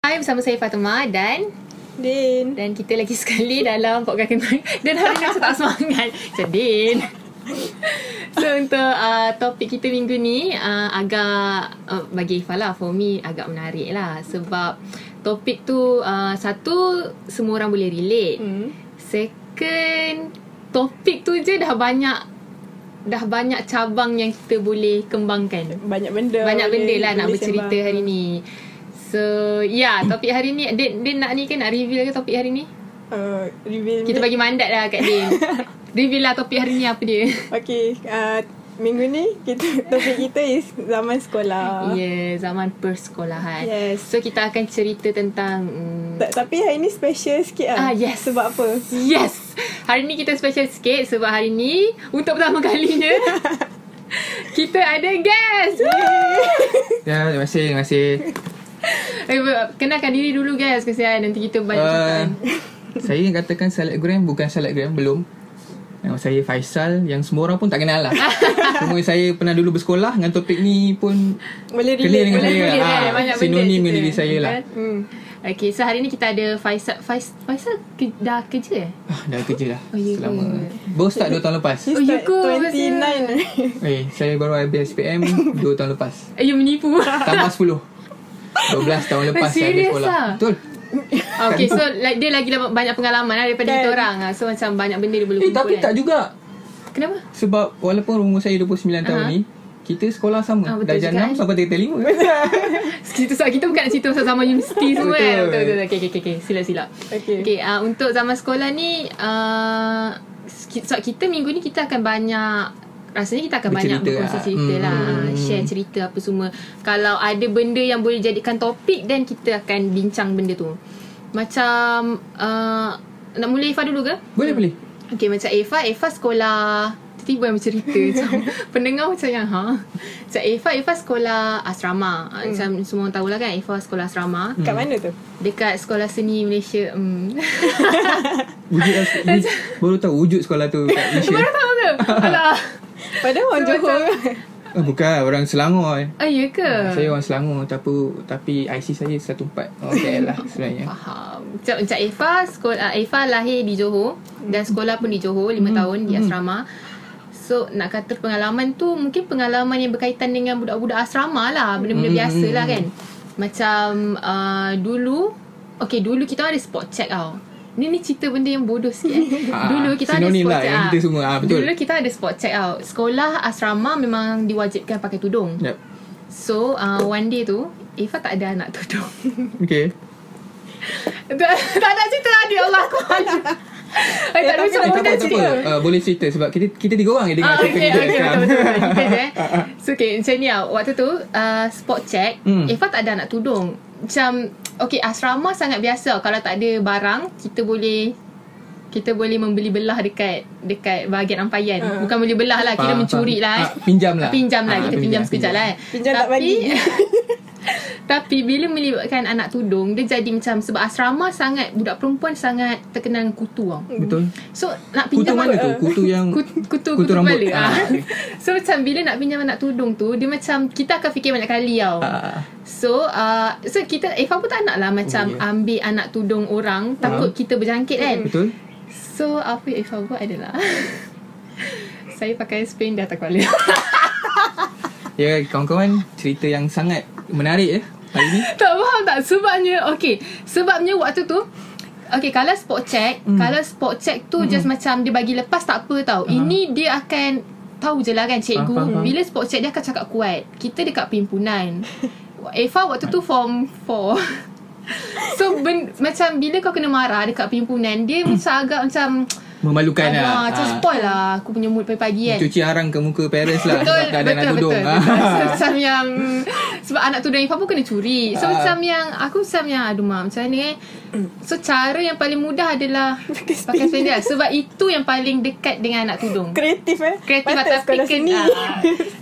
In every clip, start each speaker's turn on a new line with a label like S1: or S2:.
S1: Hai bersama saya Fatuma dan
S2: Din.
S1: dan kita lagi sekali dalam podcast kenal. Dan hari ni aku tak semangat. Cedin. So untuk uh, topik kita minggu ni uh, agak uh, bagi Ifah lah for me agak menarik lah sebab topik tu uh, satu semua orang boleh relate.
S2: Hmm.
S1: Second topik tu je dah banyak dah banyak cabang yang kita boleh kembangkan
S2: Banyak benda.
S1: banyak benda lah nak
S2: boleh
S1: bercerita
S2: sembang.
S1: hari ni. So, ya, yeah, topik hari ni Din, Din nak ni ke nak reveal ke topik hari ni?
S2: Uh, reveal
S1: Kita bagi mandat lah kat Din. reveal lah topik hari ni apa dia.
S2: Okay. Uh, minggu ni kita topik kita is zaman sekolah.
S1: Ya, yeah, zaman persekolahan.
S2: Ha? Yes.
S1: So, kita akan cerita tentang mm,
S2: Ta- tapi hari ni special sikit
S1: Ah,
S2: lah.
S1: yes.
S2: Sebab apa?
S1: Yes Hari ni kita special sikit Sebab hari ni Untuk pertama kalinya Kita ada guest Woo!
S3: Ya, terima kasih, terima kasih.
S1: Eh, Kenalkan diri dulu guys Kesian nanti kita banyak
S3: Ah,
S1: cakap kan.
S3: saya katakan saladgram bukan saladgram belum. Nama saya Faisal yang semua orang pun tak kenal lah. Cuma saya pernah dulu bersekolah dengan topik ni pun
S2: Boleh
S3: Kena
S2: relate.
S3: dengan
S1: Boleh
S3: saya
S1: boleh
S3: lah.
S1: kan
S3: Ah,
S1: Banyak benda
S3: sinonim
S1: cerita. Kan?
S3: dengan diri saya lah.
S1: Betul?
S2: Hmm.
S1: Okay, so hari ni kita ada Faisal Fais, Faisal ke, dah kerja eh?
S3: ah, dah kerja dah.
S1: Oh, ya ke?
S3: selama. Baru start 2 tahun lepas.
S2: He
S1: Oh, you
S2: start
S1: go,
S2: 29.
S3: eh, saya baru habis SPM 2 tahun lepas.
S1: Eh, you menipu
S3: Tambah 10. 12 tahun lepas saya habis
S1: Serious
S3: sekolah.
S1: ah?
S3: Betul.
S1: Okay, so like, dia lagi lama- banyak pengalaman lah daripada
S2: Kan.
S1: kita orang lah. So, macam banyak benda dia boleh
S3: Eh,
S1: kumpul,
S3: tapi tak
S1: kan.
S3: juga.
S1: Kenapa?
S3: Sebab walaupun umur saya 29 tahun
S1: Aha.
S3: ni, kita sekolah sama.
S1: Ah, betul
S3: dah
S1: juga,
S3: jam
S1: eh.
S3: 6 sampai 35.
S1: Kita, so, kita bukan nak cerita pasal zaman universiti semua kan.
S3: Betul.
S1: Betul, betul, betul. Okay, okay, okay, okay. Sila, sila.
S2: Okay.
S1: Okay, uh, untuk zaman sekolah ni, uh, so, kita minggu ni kita akan banyak Rasanya kita akan banyak
S3: Bercerita
S1: berkongsi
S3: lah.
S1: cerita
S3: Hmm,
S1: lah
S3: hmm,
S1: Share cerita apa semua Kalau ada benda yang boleh jadikan topik Then kita akan bincang benda tu Macam uh, Nak mula Ifah dulu ke?
S3: Boleh, boleh.
S1: Okay macam Efa Efa sekolah Tiba-tiba yang bercerita Macam pendengar macam yang ha? Macam Efa Efa sekolah asrama hmm. Macam semua orang tahulah kan Efa sekolah asrama hmm.
S2: Kat mana tu?
S1: Dekat sekolah seni Malaysia hmm.
S3: Wujud wujud- Baru tahu wujud sekolah tu kat Malaysia
S1: Baru tahu ke? Alah
S2: Padahal orang
S1: So,
S2: Johor.
S3: oh, Bukan orang Selangor eh.
S1: Oh ya ke?
S3: Saya orang Selangor Tapi, tapi IC saya 14 Okay lah sebenarnya
S1: Faham Macam, macam Efa sekolah, Efa ah, lahir di Johor
S3: Hmm.
S1: Dan sekolah pun di Johor 5 tahun di asrama So nak kata pengalaman tu Mungkin pengalaman yang berkaitan dengan Budak-budak asrama lah Benda-benda
S3: Hmm.
S1: biasa lah kan Macam uh, dulu Okay dulu kita ada spot check tau Ni ni cerita benda yang bodoh sikit eh.
S3: Ah,
S1: Dulu kita ada
S3: sinonim
S1: spot
S3: lah
S1: check
S3: yang
S1: ah.
S3: kita semua. Ah, betul.
S1: Dulu kita ada spot check tau Sekolah asrama memang diwajibkan pakai tudung
S3: Yep.
S1: So uh, one day tu Eva tak ada anak tudung
S3: Okay
S1: tak tak nak cerita tadi Allah aku malu. Ay, tak
S2: Eh,
S1: ada
S2: tapi
S1: macam
S3: Eh
S1: orang
S3: Ya, tak apa,
S1: nak
S3: tak apa.
S1: cerita.
S3: Uh, Boleh cerita Sebab kita kita tiga orang yang dengar
S1: Ah,
S3: cerita
S1: okay,
S3: kita
S1: okay, betul,
S3: sekarang.
S1: betul, betul. Depends, eh.
S3: Ah,
S1: So, okay, macam ni lah. Waktu tu, uh, spot check,
S3: Hmm.
S1: Eva tak ada nak tudung. Macam, okay, asrama sangat biasa. Kalau tak ada barang, kita boleh kita boleh membeli belah dekat dekat bahagian ampayan.
S2: Ah.
S1: Bukan beli belah lah, kira
S3: Faham,
S1: mencuri lah. eh.
S3: faham. Ah, pinjam lah.
S1: Pinjam lah,
S3: Ah,
S1: kita pinjam,
S3: pinjam,
S1: sekejap
S3: pinjam.
S1: lah. eh.
S2: Pinjam tak
S1: Tapi-
S2: bagi.
S1: Tapi bila melibatkan anak tudung, dia jadi macam sebab asrama sangat budak perempuan sangat terkenal dengan kutu tau.
S3: Betul
S1: So nak
S3: Kutu
S1: pinjam
S3: mana tu? Kutu yang
S1: kutu, kutu, kutu
S3: rambut.
S1: kepala
S3: Ah,
S1: ah.
S3: okay.
S1: So macam bila nak pinjam anak tudung tu Dia macam Kita akan fikir banyak kali tau
S3: Ah,
S1: So uh, So kita Eva pun tak nak lah Macam
S3: Oh, ya. Ah.
S1: ambil anak tudung orang Takut kita berjangkit kan
S3: Betul
S1: So apa yang Eva buat adalah Saya pakai spray dah tak kuala
S3: Ya kawan-kawan Cerita yang sangat menarik ya Hari ni
S1: Tak faham tak Sebabnya Okay Sebabnya waktu tu Okay kalau spot check
S3: Hmm.
S1: mm. Kalau spot check tu mm. Just macam Dia bagi lepas tak apa tau uh-huh. Ini dia akan Tahu je lah kan cikgu
S3: Faham, faham, faham.
S1: Bila spot check dia akan cakap kuat Kita dekat pimpunan Eva waktu tu form 4 So ben, macam bila kau kena marah dekat pimpunan Dia macam agak macam
S3: Memalukan
S1: Alah,
S3: lah
S1: Macam
S3: Ah.
S1: spoil lah Aku punya mood pagi-pagi kan
S3: Cuci arang ke muka parents lah
S1: betul,
S3: Sebab tak ada nak
S1: betul,
S3: tudung
S1: betul,
S3: Ah.
S1: betul. So, macam yang Sebab anak tudung Ifah pun kena curi So
S3: Ah.
S1: macam yang Aku macam yang Aduh mak macam mana eh So cara yang paling mudah adalah Pakai spender Sebab itu yang paling dekat dengan anak tudung
S2: Kreatif eh.
S1: Kreatif
S2: Patut
S1: atau
S2: sekolah
S1: taken
S2: seni.
S1: ah.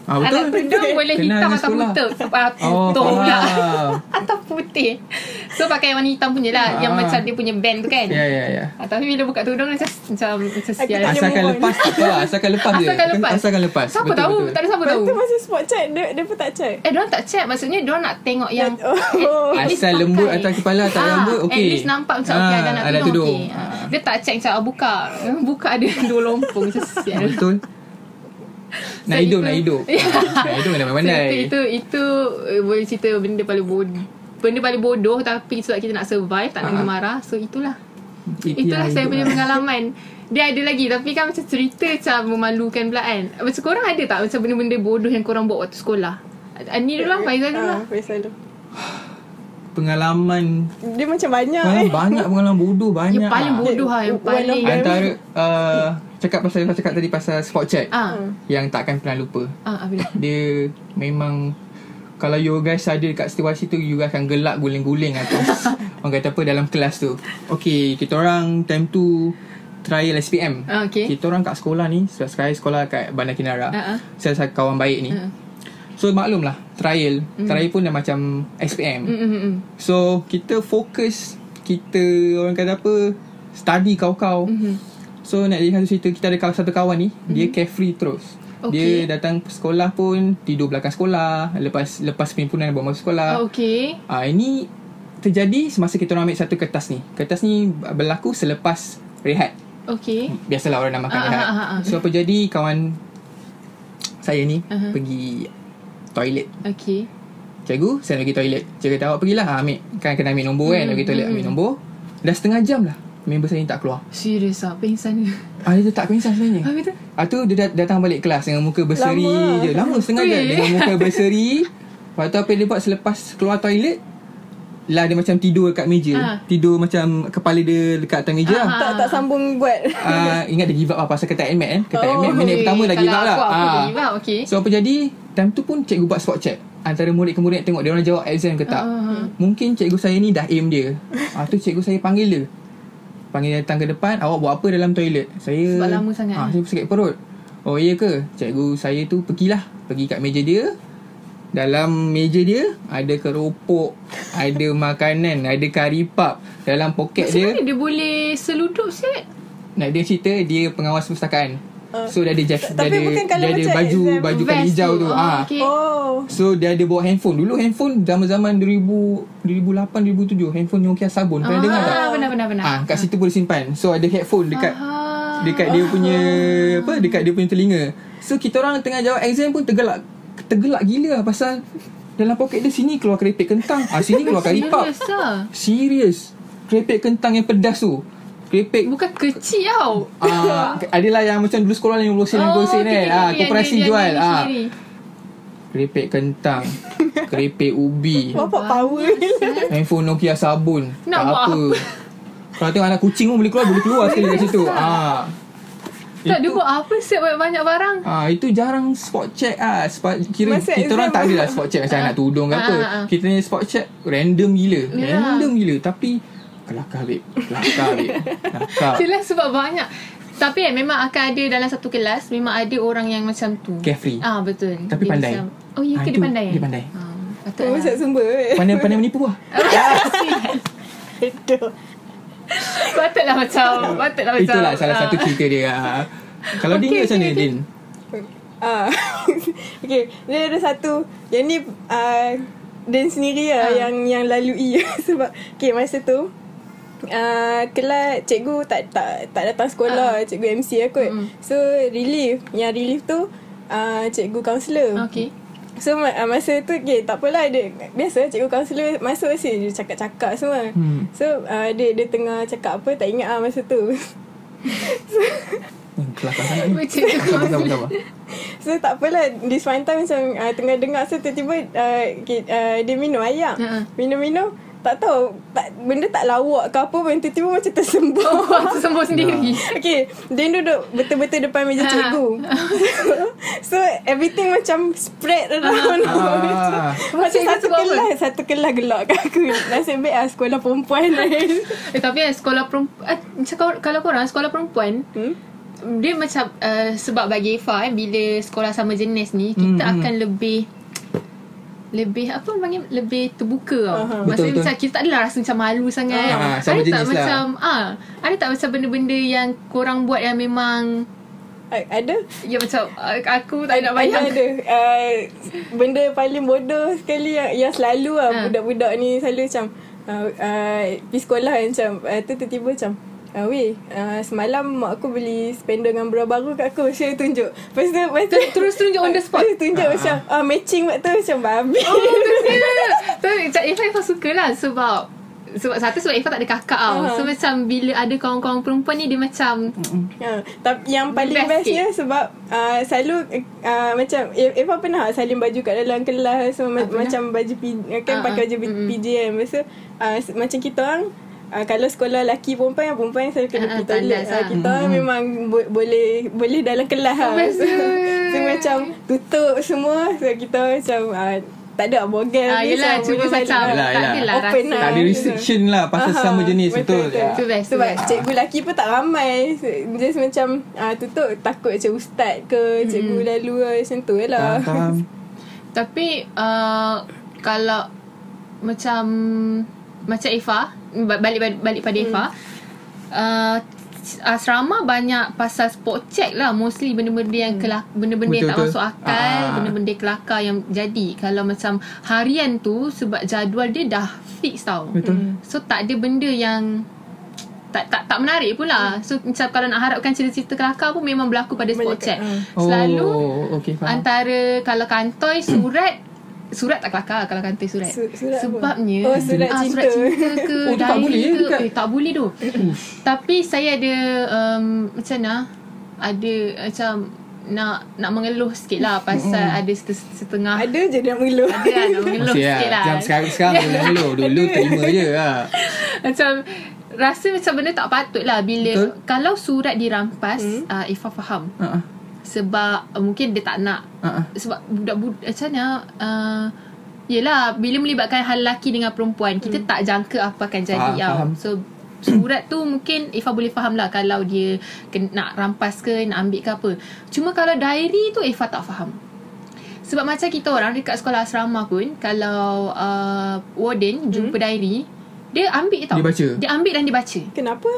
S3: Ah,
S1: Anak
S3: betul.
S1: tudung boleh
S3: Kena
S1: hitam
S3: anak
S1: atau
S3: sekolah.
S1: putih. Ah,
S3: Oh,
S1: putih pula.
S3: faham.
S1: atau putih. So pakai warna hitam punya lah. Yang
S3: Ah.
S1: macam dia punya band tu kan.
S3: Ya, ya, ya.
S1: Ah, tapi bila buka tudung macam macam macam sial.
S2: tak boleh
S3: Asalkan
S2: move on.
S3: lepas tu lah. Asalkan lepas je.
S1: Asalkan lepas.
S3: Asalkan lepas.
S1: Siapa
S3: Betul,
S1: tahu?
S3: betul.
S1: Tak ada siapa
S2: Lepas
S1: tahu.
S2: tu masa spot check dia, dia pun tak check
S1: Eh, diorang tak check. Maksudnya diorang nak tengok yang
S2: Oh.
S1: at least
S3: Asal
S1: pakai.
S3: lembut atas kepala, tak
S1: Ah,
S3: lembut, okey.
S1: At least nampak macam okey
S3: Ah,
S1: ada nak
S3: ada
S1: tudung.
S3: tudung.
S1: okey. Ah,
S3: Ah.
S1: Dia tak check macam ah, buka. Eh, Buka ada dua lompong macam sial.
S3: Betul. Nak
S1: So,
S3: hidup,
S1: itu-
S3: nak hidup. Ah,
S1: Ya.
S3: Nak hidup kena
S1: So,
S3: pandai-pandai.
S1: Itu itu, itu uh, boleh cerita benda paling bodoh. Benda paling bodoh tapi sebab kita nak survive tak nak
S3: Ah.
S1: kena marah. So itulah.
S3: Itu
S1: Itulah
S3: yang
S1: saya
S3: hidup
S1: punya
S3: lah.
S1: pengalaman. Dia ada lagi tapi kan macam cerita macam memalukan pula kan. Macam korang ada tak macam benda-benda bodoh yang korang buat waktu sekolah? Ah, Ni dulu lah Faizal dulu lah.
S2: Ah, Faizal dulu
S3: Pengalaman.
S2: Dia macam banyak
S3: Pengalaman
S2: eh
S3: banyak pengalaman bodoh banyak.
S1: Yang Ya. paling
S3: lah.
S1: bodoh lah yang
S2: One of
S1: paling.
S2: them.
S3: Antara uh, cakap pasal pasal cakap tadi pasal spot check
S1: Ah.
S3: yang takkan pernah lupa.
S1: Ah, Abila.
S3: Dia memang kalau you guys ada dekat situasi tu you guys akan gelak guling-guling atas orang kata apa dalam kelas tu. Okay, kita orang time tu trial SPM.
S1: Ah, okay.
S3: Kita orang kat sekolah ni, sebab saya sekolah kat Bandar Kinara.
S1: Ah, ah.
S3: Saya saya kawan baik ni.
S1: Ah. Hmm.
S3: So maklumlah trial. Trial pun dah macam SPM.
S1: Mm, mm, mm.
S3: So kita fokus Kita orang kata apa Study kau-kau
S1: Mhm.
S3: mm-hmm. So nak jadi satu cerita Kita ada kaw- satu kawan ni mm-hmm. Dia carefree terus
S1: Okay.
S3: okay. Dia datang sekolah pun Tidur belakang sekolah Lepas lepas perhimpunan Bawa masuk
S1: Ah,
S3: sekolah
S1: okay.
S3: Ah ini terjadi semasa kita orang ambil satu kertas ni. Kertas ni berlaku selepas rehat.
S1: Okay.
S3: Biasalah orang nak makan
S1: Ah,
S3: rehat.
S1: ah, ah, ah.
S3: So apa jadi kawan saya ni
S1: Aha.
S3: pergi toilet.
S1: Okay.
S3: Cikgu, saya nak pergi toilet. Cikgu kata, awak pergilah. Ah, Ambil. Kan kena ambil nombor kan. Nak pergi toilet
S1: Hmm.
S3: ambil nombor. Dah setengah jam lah. Member saya ni tak keluar.
S1: Serius lah. Pengsan dia.
S3: Ah, dia tu tak pingsan sebenarnya.
S1: Habis tu?
S3: Ah, tu dia dat- datang balik kelas dengan muka berseri
S2: Lama.
S3: Lama. je. Lama setengah jam.
S1: lah. Weh.
S3: Dengan muka berseri. Lepas tu apa dia buat selepas keluar toilet. Lah dia macam tidur kat meja.
S1: Ah.
S3: Tidur macam kepala dia dekat atas
S1: Ah,
S3: meja. Ah.
S1: ah.
S2: Tak tak sambung buat
S3: ingat dia give up lah pasal kata admit kan. Kata
S2: Oh,
S3: admit minit
S1: Weh,
S3: pertama dah give
S1: kalau
S3: up lah.
S1: Aku, aku
S3: Ah.
S1: dah give up. Okay.
S3: So apa jadi Time tu pun cikgu buat spot check Antara murid ke murid Tengok dia orang jawab exam ke tak
S1: Ah.
S3: Mungkin cikgu saya ni dah aim dia ah, Tu cikgu saya panggil dia Panggil dia datang ke depan Awak buat apa dalam toilet Saya
S1: Sebab lama sangat,
S3: ah,
S1: eh?
S3: Saya sakit perut Oh iya ke Cikgu saya tu pergilah Pergi kat meja dia dalam meja dia Ada keropok Ada makanan Ada curry pub Dalam poket
S1: Macam
S3: dia
S1: mana dia boleh seludup siap?
S3: nak dia cerita dia pengawas perpustakaan.
S1: Ah.
S3: Uh, so dia ada jacket, dia
S2: tapi
S3: ada,
S2: bukan kalau
S3: dia ada
S2: macam
S3: baju
S2: exam
S3: baju
S1: vest
S3: kan hijau tu.
S1: tu.
S3: Ah,
S1: Ah, okay.
S2: Oh
S3: So dia ada bawa handphone. Dulu handphone zaman-zaman 2000 2008 2007 handphone Nokia sabun. Pernah dengar tak?
S1: Ah, benar, benar, benar.
S3: Ah, kat situ boleh simpan. So ada headphone dekat
S1: Ah.
S3: dekat dia punya apa dekat dia punya telinga. So kita orang tengah jawab exam pun tergelak tergelak gila lah pasal dalam poket dia sini keluar keripik kentang. Ah sini keluar karipap.
S1: Serius lah.
S3: Serius. Keripik kentang yang pedas tu. Keripik
S1: Bukan kecil tau.
S3: Ah, adalah yang macam dulu sekolah 50 sen 50
S1: Oh, okey,
S3: sen kan.
S1: okey,
S3: Ah,
S1: okey,
S3: koperasi
S1: yang dia-
S3: jual.
S1: yang dia
S3: Ah,
S1: sendiri.
S3: keripik kentang, keripik ubi,
S2: Bapak power
S3: handphone Nokia sabun.
S1: Nak
S3: tak
S1: buat
S3: apa. Kalau tengok anak kucing pun boleh keluar, boleh keluar sekali kat situ. Ah.
S1: Tak, dia
S3: Itu-
S1: buat apa siap banyak-banyak barang.
S3: Ah itu jarang spot check ah spot kira
S2: Masa
S3: kita orang
S2: exam
S3: tak
S2: pun.
S3: adalah spot check macam anak tudung ke
S1: Ah,
S3: apa.
S1: ah, ah.
S3: Kita ni spot check random gila.
S1: Yelah.
S3: Random gila tapi kelakar babe. Kelakar babe. Kelakar.
S1: Yelah sebab banyak. Tapi kan memang akan ada dalam satu kelas memang ada orang yang macam tu.
S3: Carefree.
S1: Ah betul.
S3: Tapi pandai.
S1: Macam, oh ya ke
S3: Ah,
S1: dia
S3: itu
S1: pandai?
S3: dia pandai.
S1: Ah,
S2: Kau
S1: patutlah.
S2: macam sumber eh
S3: Pandai-pandai menipu lah.
S2: Betul
S1: patutlah macam patutlah macam.
S3: Itulah salah
S1: ah.
S3: satu cerita dia. Ah. Kalau
S1: Okey,
S3: okay, Din macam
S1: okey,
S3: mana
S1: okey.
S3: Din?
S2: Ah. okay, dia ada satu. Yang ni uh, Dan sendiri
S1: Ah.
S2: lah yang yang lalui sebab okay masa tu Uh, kelas cikgu tak tak tak datang sekolah cikgu MC aku mm. so relief yang relief tu uh, cikgu kaunselor
S1: Okey.
S2: so ma- uh, masa tu okay, tak apalah dia biasa cikgu kaunselor masuk sih dia cakap-cakap semua
S3: Hmm.
S2: so uh, dia dia tengah cakap apa tak ingat ah masa tu
S3: Hmm, kelakar sangat ni.
S1: Macam tu.
S3: Sabar, sabar, sabar.
S2: So tak apalah This one time macam uh, Tengah dengar So tiba-tiba uh, ki- uh, Dia minum ayam
S1: Ha.
S2: Minum-minum Tak tahu tak, Benda tak lawak ke apa pun Tiba-tiba macam tersembur
S1: Oh, aku sembuh sendiri.
S3: Ah.
S2: Okay Dia duduk betul-betul depan meja
S1: Ha.
S2: cikgu So everything macam Spread
S1: Ha.
S2: around Macam
S3: Ah.
S1: Cikgu
S2: satu
S1: sebab apa?
S2: kelas Satu kelas gelak kat aku Nasib baik lah sekolah perempuan lain
S1: Eh tapi kan sekolah perempuan eh, macam kau- kalau korang sekolah perempuan
S2: hmm?
S1: dia macam uh, sebab bagi Eva eh bila sekolah sama jenis ni kita hmm,
S3: Hmm, hmm.
S1: akan lebih lebih apa orang panggil lebih terbuka tau.
S2: Aha.
S1: Uh-huh. Maksudnya
S3: Betul,
S1: macam kita tak adalah rasa macam malu sangat.
S3: Ah,
S1: Uh,
S3: sama
S1: ada tak
S3: jenis lah.
S1: macam ah ada tak macam benda-benda yang korang buat yang memang
S2: A- Ada
S1: ya macam ah, aku tak nak
S2: Ada
S1: bayang.
S2: ada uh, Benda paling bodoh sekali Yang, yang selalu lah
S1: Ha.
S2: Budak-budak ni selalu macam uh, uh, Pergi sekolah kan, macam uh, Tu tiba-tiba macam Uh, weh, uh, semalam mak aku beli spender dengan bra baru kat aku Saya tunjuk Lepas tu, lepas tu
S1: Terus- terus tunjuk on the spot? Oh,
S2: Terus tunjuk
S3: Ah,
S2: macam uh, Matching waktu tu macam babi
S1: Tapi macam Eva Eva suka lah sebab sebab satu sebab Eva tak ada kakak tau.
S2: Ah.
S1: So macam bila ada kawan-kawan perempuan ni dia macam
S2: Ha, tapi yang paling
S1: Best
S2: best bestnya
S1: sikit.
S2: sebab uh, selalu uh, macam E- Eva pernah tak salin baju kat dalam kelas so, ma-
S1: pernah.
S2: macam baju P,
S1: Ah,
S2: kan pakai
S1: ah,
S2: baju P- PJ kan masa uh, s- macam kita orang Uh, kalau sekolah lelaki perempuan perempuan selalu kena
S1: Ah, ah,
S2: pergi toilet
S1: tandas,
S2: uh,
S1: ah.
S2: kita orang memang bo- boleh boleh dalam kelas lah.
S1: Best
S2: so,
S1: eh.
S2: so, macam tutup semua so kita macam uh, tak ada bogel
S1: ah
S2: ni,
S1: yelah
S2: so,
S1: cuma
S2: boleh
S1: macam
S2: salin.
S3: Yelah,
S1: tak
S3: yelah.
S1: adalah
S2: Open
S1: rasa.
S2: lah.
S3: Tak ada restriction lah pasal
S2: Aha,
S3: sama jenis betul.
S2: betul.
S1: Itu best,
S2: Sebab
S1: tu best.
S2: cikgu lelaki pun tak ramai Just macam uh, Tutup takut macam ustaz ke
S1: Hmm.
S2: Cikgu mm-hmm. lalu ke Macam tu je lah
S3: Faham, Ah, faham.
S1: Tapi uh, kalau macam macam Eva ba- balik balik, balik pada Eva uh, asrama banyak pasal spot check lah mostly benda-benda yang kelak benda-benda yang tak
S3: Betul,
S1: masuk
S3: betul.
S1: akal
S3: Ah.
S1: benda-benda kelakar yang jadi kalau macam harian tu sebab jadual dia dah fix tau
S3: Betul.
S1: so tak ada benda yang tak tak tak menarik pula so macam kalau nak harapkan cerita-cerita kelakar pun memang berlaku pada spot
S2: Boleh-
S1: check
S2: ah.
S1: selalu
S3: Oh, okay, faham.
S1: Antara kalau kantoi surat Surat tak kelakar kalau kantoi surat.
S2: Su- surat apa?
S1: Sebabnya
S2: Oh, surat
S1: ah, surat
S2: cinta.
S1: cinta ke
S3: Oh, tu tak
S1: diary
S3: boleh eh
S1: ke
S3: dekat-
S1: eh, tak boleh tu. Tapi saya ada um, macam mana ada macam nak nak mengeluh sikit lah pasal ada set- setengah
S2: Ada je dia nak mengeluh
S1: ada lah nak mengeluh
S3: Masih
S1: sikit lah.
S3: Macam sekarang, sekarang boleh meluk. Dulu terima je lah.
S1: macam rasa macam benda tak patut lah bila
S3: Betul.
S1: kalau surat dirampas hmm. uh, Ifah faham
S3: Ha, ha,
S1: sebab uh, mungkin dia tak nak
S3: ha, ha.
S1: sebab budak-budak macam mana uh, Yelah Bila melibatkan hal lelaki dengan perempuan Kita tak jangka apa akan jadi tau
S3: Hmm. Faham, faham.
S1: So surat tu mungkin Ifah boleh faham lah Kalau dia ken- nak rampas ke Nak ambil ke apa Cuma kalau diary tu Ifah tak faham sebab macam kita orang dekat sekolah asrama pun kalau uh, warden jumpa hmm. diary dia ambil tau
S3: Dia baca.
S1: dia ambil dan dia baca
S2: Kenapa?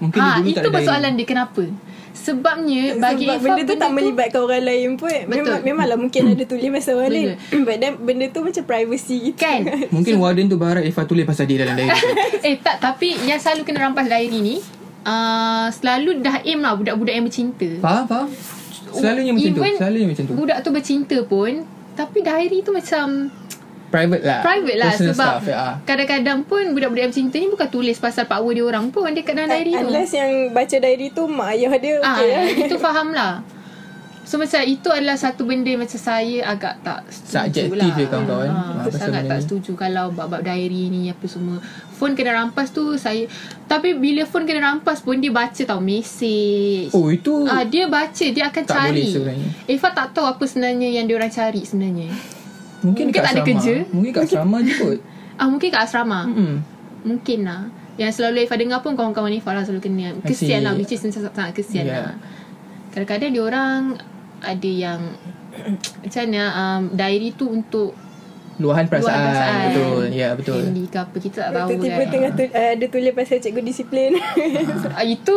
S3: Mungkin dia
S1: ha
S3: dulu tak
S1: itu
S3: ada
S1: persoalan dia kenapa sebabnya bagi
S2: Sebab
S1: Ifah
S2: benda tu tak
S1: tu-
S2: melibatkan orang lain pun Memang, Memanglah mungkin ada tulis pasal orang lain But then benda tu macam privacy gitu
S1: kan
S3: diary. Mungkin warden tu barat Ifah tulis pasal dia dalam diary.
S1: eh tak tapi yang selalu kena rampas diary ni uh, selalu dah aim lah budak-budak yang bercinta.
S3: faham, faham? Selalunya macam tu.
S1: Even
S3: Selalunya macam tu.
S1: Budak tu bercinta pun tapi diary tu macam
S3: Private lah.
S1: private lah
S3: Personal
S1: sebab
S3: stuff, ya.
S1: kadang-kadang pun budak-budak yang bercinta ni bukan tulis pasal power dia orang pun dia kat dalam Kan diary tu.
S2: Unless yang baca diary tu Mak ayah dia
S1: Ah,
S2: okay lah
S1: itu faham lah. So macam itu adalah satu benda macam saya agak tak setuju
S3: Subjektif
S1: lah.
S3: je kawan-kawan.
S1: Ah,
S3: Ah,
S1: saya
S3: pasal
S1: agak
S3: benda
S1: tak
S3: ni.
S1: setuju kalau bab-bab diary ni apa semua. Phone kena rampas tu saya tapi bila phone kena rampas pun dia baca tau mesej.
S3: Oh, itu
S1: Ah dia baca dia akan
S3: Tak
S1: cari.
S3: boleh sebenarnya.
S1: Eva tak tahu apa sebenarnya yang dia orang cari sebenarnya.
S3: mungkin,
S1: mungkin
S3: kat
S1: tak ada
S3: asrama.
S1: kerja.
S3: Mungkin kat asrama je kot.
S1: Ah mungkin kat asrama.
S3: Mm-mm.
S1: Mungkin lah. Yang selalu Eva dengar pun kawan-kawan Eva lah selalu kena. Kesian
S3: see.
S1: lah which is sangat sangat kesian
S3: Yeah.
S1: yeah. lah. Kadang-kadang dia orang ada yang macam mana um, diary tu untuk
S3: Luahan perasaan.
S1: luar perasaan.
S3: Betul. Ya, betul.
S1: Family ke apa kita tak tahu
S2: Tiba-tiba
S1: kan.
S2: tengah tu, uh, dia tulis pasal cikgu disiplin
S1: Ah, itu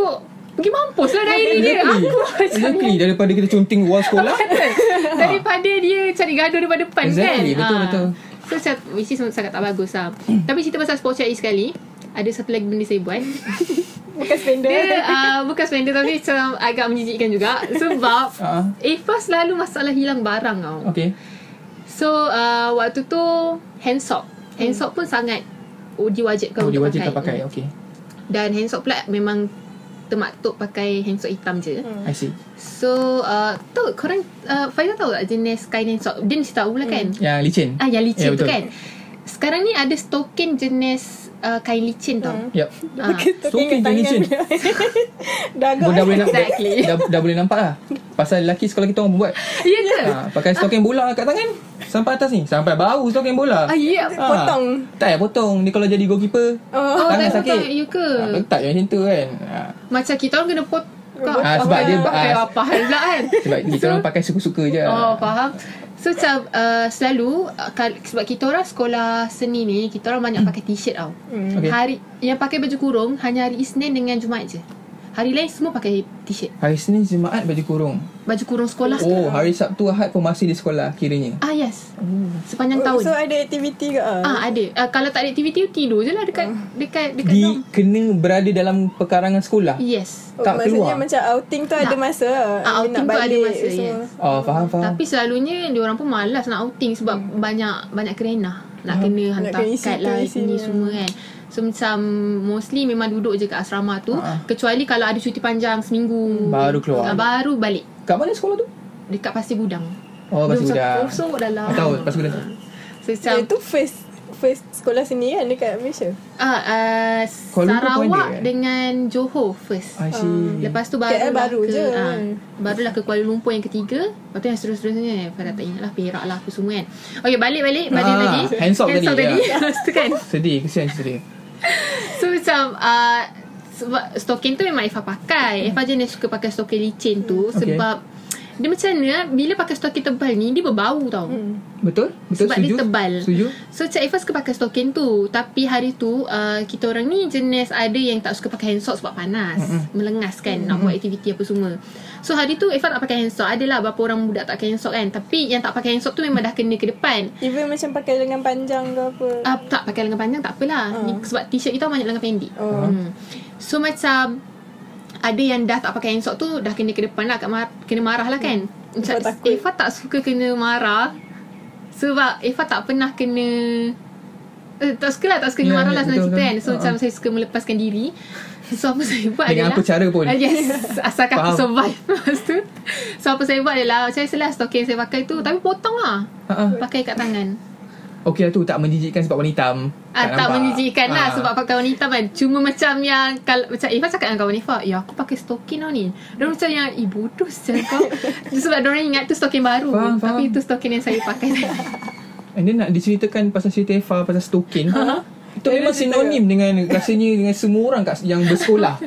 S1: pergi mampus lah diary dia. Aku macam
S3: Exactly. Daripada kita counting wall sekolah.
S1: Daripada dia cari gaduh daripada depan
S3: Exactly,
S1: kan
S3: betul,
S1: Ah.
S3: betul.
S1: So macam Which is sangat tak bagus lah Tapi cerita pasal sport cari sekali Ada satu lagi benda saya buat
S2: Bukan spender
S1: Dia uh, bukan spender Tapi macam agak menjijikkan juga Sebab
S3: Ah.
S1: Eva Eh, selalu masalah hilang barang tau
S3: okay.
S1: So uh, waktu tu Hand sock Hand sock pun sangat oh, Diwajibkan
S3: Oh, dia
S1: untuk Mm.
S3: wajib tak pakai. Okay.
S1: Dan hand sock pula memang Termaktuk pakai hand sock hitam je
S3: I see.
S1: So uh, Tahu korang uh, Faizal tahu tak jenis kain hand sock Dia mesti tahu lah
S3: Mm.
S1: kan
S3: Yang licin.
S1: Ah yang licin
S3: Ya,
S1: yeah, tu
S3: betul.
S1: kan Sekarang ni ada stokin jenis uh, kain licin tau
S3: Yep.
S1: Ah,
S3: Stoking tu licin.
S2: Dah agak
S3: Dah boleh nampak
S1: Exactly.
S3: dah, dah boleh nampak lah Pasal lelaki sekolah kita orang buat
S1: Ya ke?
S3: ha, Pakai stoking bola kat tangan Sampai atas ni Sampai bau stoking bola
S1: Ah ya
S3: Ha,
S2: potong.
S3: Tak payah potong Dia kalau jadi goalkeeper
S2: Oh.
S1: Oh
S3: Tangan
S1: tak
S3: sakit.
S1: tahu ya ke?
S3: ha, Letak macam tu kan ha,
S1: Macam kita orang kena pot Kau
S3: Ah, sebab
S1: pakai,
S3: dia-
S1: pakai
S3: ah,
S1: apa hal pula kan
S3: Sebab kita orang pakai suka-suka je
S1: Oh faham So macam uh, selalu uh, kal- Sebab kita orang sekolah seni ni Kita orang banyak pakai t-shirt tau
S2: Hmm.
S3: Okay.
S1: Hari Yang pakai baju kurung Hanya hari Isnin dengan Jumaat je Hari lain semua pakai t-shirt
S3: Hari Senin Jumaat baju kurung
S1: Baju kurung sekolah
S3: Oh hari Sabtu Ahad pun masih di sekolah kiranya
S1: Ah yes
S3: Hmm.
S1: Sepanjang
S2: Oh,
S1: tahun
S2: So ada aktiviti ke? Ah.
S1: Ah ada uh, Kalau tak ada aktiviti Tidur je lah dekat
S2: Hmm.
S1: Dekat Dekat
S3: Di
S1: dorm.
S3: kena berada dalam pekarangan sekolah
S1: Yes
S2: Oh,
S3: tak
S2: maksudnya
S3: keluar.
S2: macam outing tu ada
S1: Nak-
S2: masa.
S1: Ah,
S2: Dia
S1: outing
S2: nak
S1: tu ada
S2: balik
S1: masa,
S2: semua.
S1: yes.
S3: Oh faham faham
S1: Tapi selalunya Diorang pun malas nak outing Sebab
S3: Hmm.
S1: banyak Banyak kerenah Nak kena hantar
S2: kena isi
S1: kad
S2: tu,
S1: lah
S2: isi
S1: Ini
S2: ni.
S1: semua kan So macam Mostly memang duduk je kat asrama tu
S3: Ah.
S1: Kecuali kalau ada cuti panjang Seminggu
S3: Baru
S1: Ah,
S3: keluar
S1: Baru balik
S3: Kat mana sekolah tu?
S1: Dekat Pasir Budang
S3: Oh
S1: Dia
S3: Pasir
S1: macam
S3: Gudang
S1: Kosong dalam
S3: Tak tahu Pasir Gudang
S1: So macam
S2: Dia tu first first sekolah seni kan dekat Malaysia.
S1: ah, ah,
S3: Kuala Lumpur pun ada,
S1: Sarawak
S3: eh?
S1: dengan Johor first Ah,
S3: I see
S1: Lepas tu barulah
S2: KL baru
S1: ke,
S2: je.
S1: ah, Barulah ke Kuala Lumpur yang ketiga Lepas tu yang seterus-terusnya Farah tak ingat lah Perak lah apa semua kan Okay balik-balik Balik
S3: Ah,
S1: lagi
S3: hands off tadi,
S1: tadi
S3: ya.
S1: Lepas tu kan
S3: Sedih kesian cerita dia
S1: So macam uh, Sebab stokin tu memang Ifah
S3: Hmm.
S1: pakai Ifah jenis suka pakai stokin licin tu
S3: Okay.
S1: Sebab Dia macam mana Bila pakai stokin tebal ni Dia berbau tau
S2: Hmm.
S3: Betul? Betul
S1: Sebab
S3: setuju?
S1: dia tebal
S3: Setuju?
S1: So Cik Ifah suka pakai stokin tu Tapi hari tu uh, Kita orang ni jenis Ada yang tak suka pakai hand sock Sebab panas mm-hmm. Melengas kan Nak buat aktiviti apa semua So hari tu Ifah nak pakai hand sock Adalah berapa orang budak tak pakai hand sock kan Tapi yang tak pakai hand sock tu Memang dah kena ke depan
S2: Even macam pakai lengan panjang ke apa.
S1: uh, Tak pakai lengan panjang tak apalah Ni Sebab t-shirt kita banyak lengan pendek
S2: Oh.
S1: Hmm. So macam ada yang dah tak pakai hand sock tu dah kena ke depan lah kat mar- kena marah lah kan. Macam
S2: Ifah takut.
S1: Ifah tak suka kena marah sebab Ifah tak pernah kena eh, tak suka lah tak suka kena
S3: Ya,
S1: marah lah
S3: ya,
S1: senang
S3: betul,
S1: cerita
S3: betul.
S1: kan. So
S3: Ha,
S1: macam
S3: ha.
S1: saya suka melepaskan diri. So apa saya buat
S3: Dengan
S1: adalah
S3: apa cara pun
S1: Ah, Yes Asalkan aku
S3: Faham.
S1: survive Lepas tu So apa saya buat adalah Macam saya lah Stocking yang saya pakai tu Tapi potong lah
S3: Ha-ha.
S1: Pakai kat tangan
S3: Okey lah tu tak menjijikkan sebab warna hitam
S1: Ah, tak
S3: nampak.
S1: menjijikkan lah
S3: Ah.
S1: sebab pakai kawan hitam kan. Cuma macam yang kalau macam Ifah cakap dengan kawan Ifah, "Ya, aku pakai stocking tau ni." Dia macam yang, "Eh, bodoh sial kau." sebab dia ingat tu stocking baru.
S3: Faham,
S1: tapi
S3: faham.
S1: itu stocking yang saya pakai.
S3: And then nak diceritakan pasal cerita Efa Pasal stokin
S1: Ha?
S3: Itu
S2: Eh,
S3: memang
S2: cerita.
S3: sinonim dengan Rasanya dengan semua orang kat, yang bersekolah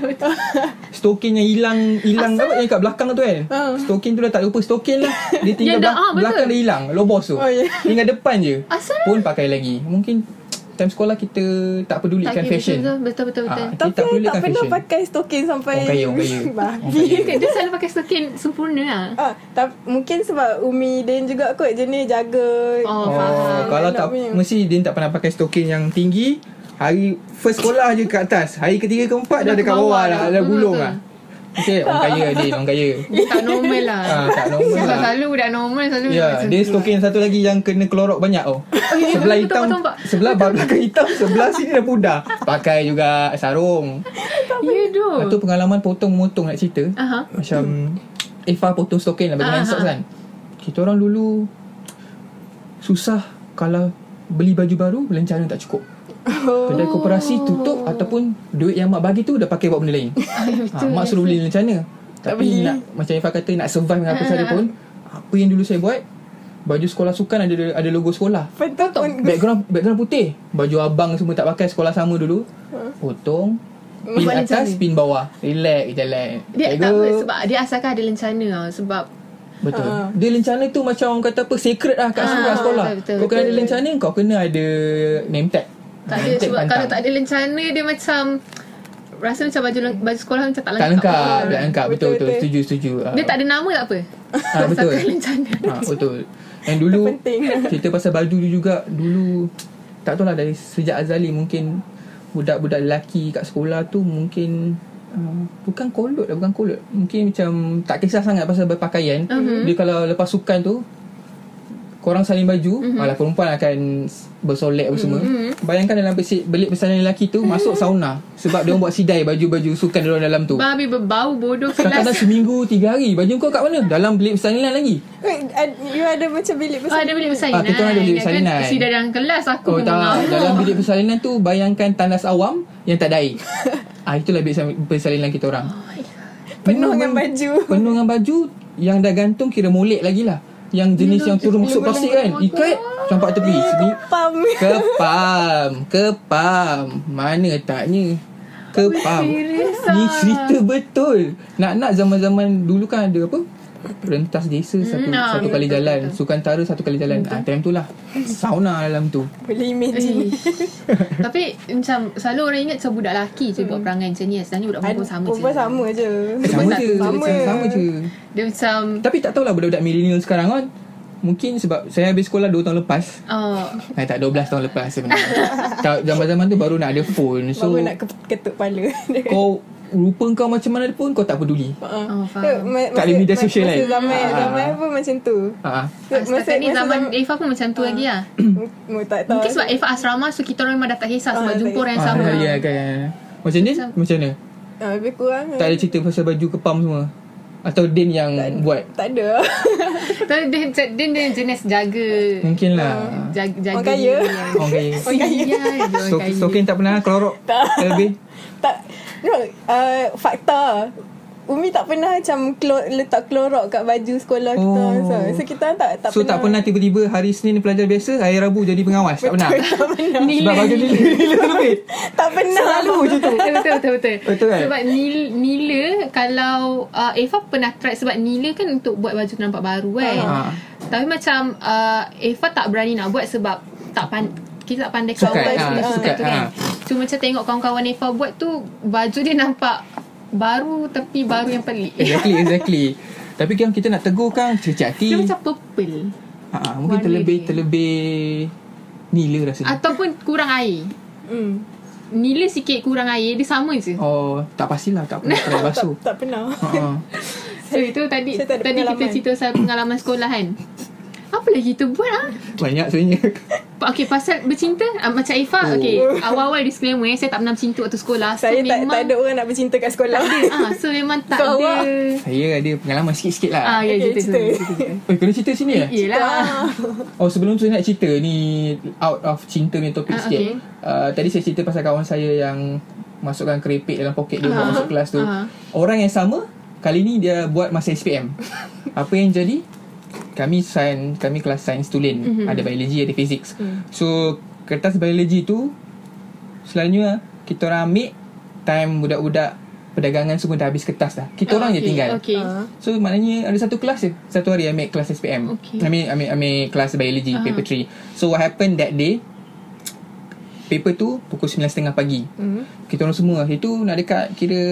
S3: Stokin yang hilang Hilang apa yang kat belakang tu kan
S2: Ah.
S3: Stokin tu dah tak lupa stokin lah Dia tinggal
S1: Yang dah-
S3: belak-
S1: ah, betul.
S3: belakang dia hilang Lobos tu
S2: Oh, ya.
S3: Tinggal depan je
S1: Asal?
S3: Pun pakai lagi Mungkin Time sekolah kita Tak pedulikan fashion
S1: betul betul betul. betul.
S2: Tapi
S3: Ah, tak
S2: tak,
S3: pedulikan
S2: tak pernah
S3: fashion.
S2: pakai stocking sampai
S3: Orang kaya, orang kaya.
S2: Babi.
S3: Orang
S1: Dia selalu pakai stocking sempurna lah.
S2: Ah, tapi mungkin sebab Umi Dan juga kot jenis jaga.
S1: Oh,
S3: Oh,
S1: faham.
S3: kalau
S2: Anak
S3: tak
S2: punya.
S3: mesti dia tak pernah pakai stokin yang tinggi. Hari first sekolah je kat atas. Hari ketiga keempat dah
S1: Dah ke
S3: dekat
S1: bawah
S3: bawah
S1: dah.
S3: dah, dah
S1: Hmm,
S3: gulung
S1: betul.
S3: lah. Okay, orang kaya Din, orang kaya.
S1: Dia tak normal lah.
S3: Ah, tak normal
S1: Sebab
S3: lah.
S1: selalu budak normal selalu
S3: Ya,
S1: macam
S3: dia
S1: tu.
S3: stokin satu lagi yang kena kelorok banyak oh.
S1: ya,
S3: sebelah
S1: betul,
S3: hitam,
S1: betul, nampak.
S3: sebelah belakang hitam, sebelah sini dah pudar. Pakai juga sarung.
S1: Ya, tu.
S3: Lepas Ah, tu pengalaman potong-motong nak cerita.
S1: Aha.
S3: Macam Ifah potong stokin lah
S1: Ah,
S3: Bagi hand socks
S1: ah.
S3: kan Kita orang dulu Susah Kalau Beli baju baru Lencana tak cukup
S1: Oh.
S3: Kedai koperasi tutup Ataupun Duit yang mak bagi tu Dah pakai buat benda lain
S1: Ah,
S3: ha, Mak suruh beli lencana
S2: beli.
S3: Tapi nak, Macam Ifah kata Nak survive
S1: Ah,
S3: dengan apa saja pun Apa yang dulu saya buat Baju sekolah sukan ada ada logo sekolah
S2: Pentol pun
S3: Background background putih Baju abang semua tak pakai Sekolah sama dulu
S1: Ah.
S3: Potong Pin
S1: Buat lencana.
S3: atas Pin bawah Relax Relax
S1: Dia
S3: Cikgu.
S1: tak apa sebab dia asalkan ada lencana lah. sebab
S3: Betul.
S2: Ah.
S3: Dia lencana tu macam orang kata apa sacred lah kat
S1: Ah,
S3: sekolah. sekolah.
S1: betul, betul,
S3: kau kena ada
S1: betul.
S3: lencana kau kena ada name tag.
S1: Tak ada sebab
S3: Name tag Ah, pantang.
S1: kalau tak ada lencana dia macam rasa macam baju leng- baju sekolah macam tak
S3: tak
S1: lengkap.
S3: lengkap, tak lengkap. Betul betul,
S2: Betul, betul.
S3: setuju setuju. Ah,
S1: Dia tak ada nama tak apa.
S3: ah, betul.
S1: Asalkan lencana.
S3: Ah, betul. Dan dulu
S2: penting.
S3: cerita pasal baju tu juga dulu tak tahu lah dari sejak azali mungkin budak-budak lelaki kat sekolah tu mungkin Uh, bukan kolot lah Bukan kolot Mungkin macam Tak kisah sangat Pasal berpakaian
S1: Mhm.
S3: Dia kalau lepas sukan tu korang salin baju mm-hmm. malah perempuan akan bersolek apa semua mm-hmm. bayangkan dalam besit belit besaran lelaki tu masuk sauna sebab dia orang buat sidai baju-baju sukan dia orang dalam tu
S1: Babi berbau bodoh
S3: kadang-kadang
S1: kelas.
S3: seminggu tiga hari baju kau kat mana dalam belit besaran lagi
S2: Wait, ad- you ada macam bilik
S1: Oh,
S2: besar.
S1: ada bilik persalinan.
S3: Ah, kita orang ada bilik persalinan.
S1: Kan, si dalam kelas aku
S3: oh tak
S1: mengamuk.
S3: dalam bilik persalinan tu bayangkan tandas awam yang tak ada air ah itulah bilik persalinan kita orang
S2: Penuh
S3: Memang-
S2: dengan baju.
S3: penuh dengan baju yang dah gantung kira molek lagi lah yang jenis yang turun masuk plastik kan ikat campak tepi Sini-
S2: Pam.
S3: Kepam Kepam Mana taknya Kepam Ni
S1: lah.
S3: cerita betul Nak-nak zaman-zaman Dulu kan ada apa Rentas desa satu,
S1: Hmm, ah,
S3: satu kali
S1: betul,
S3: jalan
S1: betul.
S3: Sukantara satu kali jalan ah, Time tu lah Sauna dalam tu
S2: Boleh imagine
S1: Ish. Tapi macam selalu orang ingat macam budak lelaki je
S2: Hmm.
S1: buat perangai macam ni. Sebenarnya budak perempuan sama je.
S2: Perempuan sama je
S3: Sama
S1: tak-
S3: je
S2: sama.
S3: Sama, sama je
S1: Dia macam
S3: Tapi tak tahulah budak-budak milenial sekarang kan Mungkin sebab saya habis sekolah 2 tahun lepas
S1: oh,
S3: Eh tak 12 tahun lepas sebenarnya Tak, Zaman-zaman tu baru nak ada phone
S2: So,
S3: So
S2: Baru nak ke- ketuk kepala
S3: kau rupa kau macam mana pun kau tak peduli
S2: Ah.
S1: Oh, faham.
S2: So, ma-
S3: Tak ada
S2: masa-
S3: media
S2: ma-
S3: sosial
S2: masa
S3: lain.
S2: Zaman,
S3: Ah.
S2: zaman apa macam tu
S3: Ha ah.
S2: So,
S1: Setakat ni zaman Eva pun macam tu
S2: Ah.
S1: lagi lah
S2: Mu- tak tahu
S1: Mungkin sebab Eva asrama So kita orang memang dah tak kisah Sebab
S2: Ah,
S1: jumpa
S2: tak
S1: orang yang
S3: Ah,
S1: Eh, sama
S3: ya kan. Macam ni
S1: Macam-
S3: macam mana?
S2: Ah, Lebih kurang
S3: Tak ada cerita pasal baju kepam semua. Atau Din yang buat.
S2: Tak ada
S1: Tapi dia, dia, dia, dia jenis jaga
S3: Mungkin lah.
S1: Jaga, jaga
S2: Orang kaya.
S1: diri yang-
S3: Orang kaya.
S1: Sial dia orang
S3: Stok-
S1: kaya.
S3: Stokin tak pernah kelorok.
S2: Tak.
S3: Lebih.
S2: Tak No uh, Fakta Umi tak pernah macam klo, letak klorok kat baju sekolah kita
S3: Oh.
S2: so, so kita tak tak
S3: so tak pernah tiba-tiba hari Senin pelajar biasa, hari Rabu jadi pengawas. Tak pernah.
S2: tak pernah
S3: Sebab baju nila nila lebih.
S2: tak pernah
S3: Selalu je tu.
S1: betul betul betul betul.
S3: Betul kan?
S1: Sebab Nila, Nila kalau uh, Eva pernah try sebab Nila kan untuk buat baju nampak baru kan.
S3: Ha.
S1: Tapi macam uh, Eva tak berani nak buat sebab tak pan kita tak pandai kawal
S3: Sukat, ha,
S1: semua
S3: sukat,
S1: tu kan.
S3: ha.
S1: Cuma macam tengok kawan-kawan Eva buat tu baju dia nampak baru tapi baru yang pelik.
S3: Exactly, exactly. Tapi kan kita nak tegur kan cerita hati.
S1: Dia macam purple
S3: Ha,
S1: warna
S3: mungkin terlebih
S1: dia.
S3: terlebih nila rasanya.
S1: ataupun kurang air.
S2: hmm.
S1: Nila sikit kurang air dia sama je.
S3: Oh, tak pastilah tak pernah try
S2: tak,
S3: basuh.
S2: tak pernah
S3: Ha. ah.
S1: So itu tadi
S2: Saya tak ada
S1: tadi kita
S2: pengalaman.
S1: cerita pasal pengalaman sekolah kan. Apa lagi kita buat ah?
S3: Banyak sebenarnya.
S1: Pa- Okay pasal bercinta uh, Macam Ifah oh.
S3: Oh.
S1: Okay Awal-awal disclaimer eh Saya tak pernah bercinta Waktu sekolah
S2: saya
S1: so,
S2: tak
S1: memang,
S2: tak ada orang nak bercinta kat sekolah
S1: ah, So memang tak ada
S2: So, awak?
S3: Saya ada pengalaman sikit-sikit lah.
S1: Ah, ya,
S2: Okay,
S1: cerita,
S2: cerita.
S1: cerita, cerita.
S3: Oi, kena cerita sini eh?
S1: Yelah
S2: Ah.
S3: Oh, sebelum tu saya nak cerita ni out of cinta punya topik
S1: Ah,
S3: sikit.
S1: okay.
S3: Uh, tadi saya cerita pasal kawan saya yang masukkan keripik dalam poket dia
S1: Ah,
S3: uh-huh. masuk kelas tu.
S1: ah.
S3: Uh-huh. Orang yang sama, kali ni dia buat masa SPM. Apa yang jadi? Kami sains, kami kelas sains tulen.
S1: Mhm. Hmm.
S3: Ada biologi, ada fizik. So, kertas biologi tu selalunya kita orang ambil time budak-budak perdagangan semua dah habis kertas dah. Kita orang
S1: okay,
S3: je tinggal.
S1: Okay
S2: Ah.
S3: So maknanya ada satu kelas je Satu hari ambil kelas SPM
S1: Okay.
S3: Ambil, ambil, ambil kelas biology
S1: Ah.
S3: uh-huh. paper 3 So what happened that day Paper tu pukul 9.30 pagi
S2: Hmm.
S3: Kita orang semua Itu nak dekat kira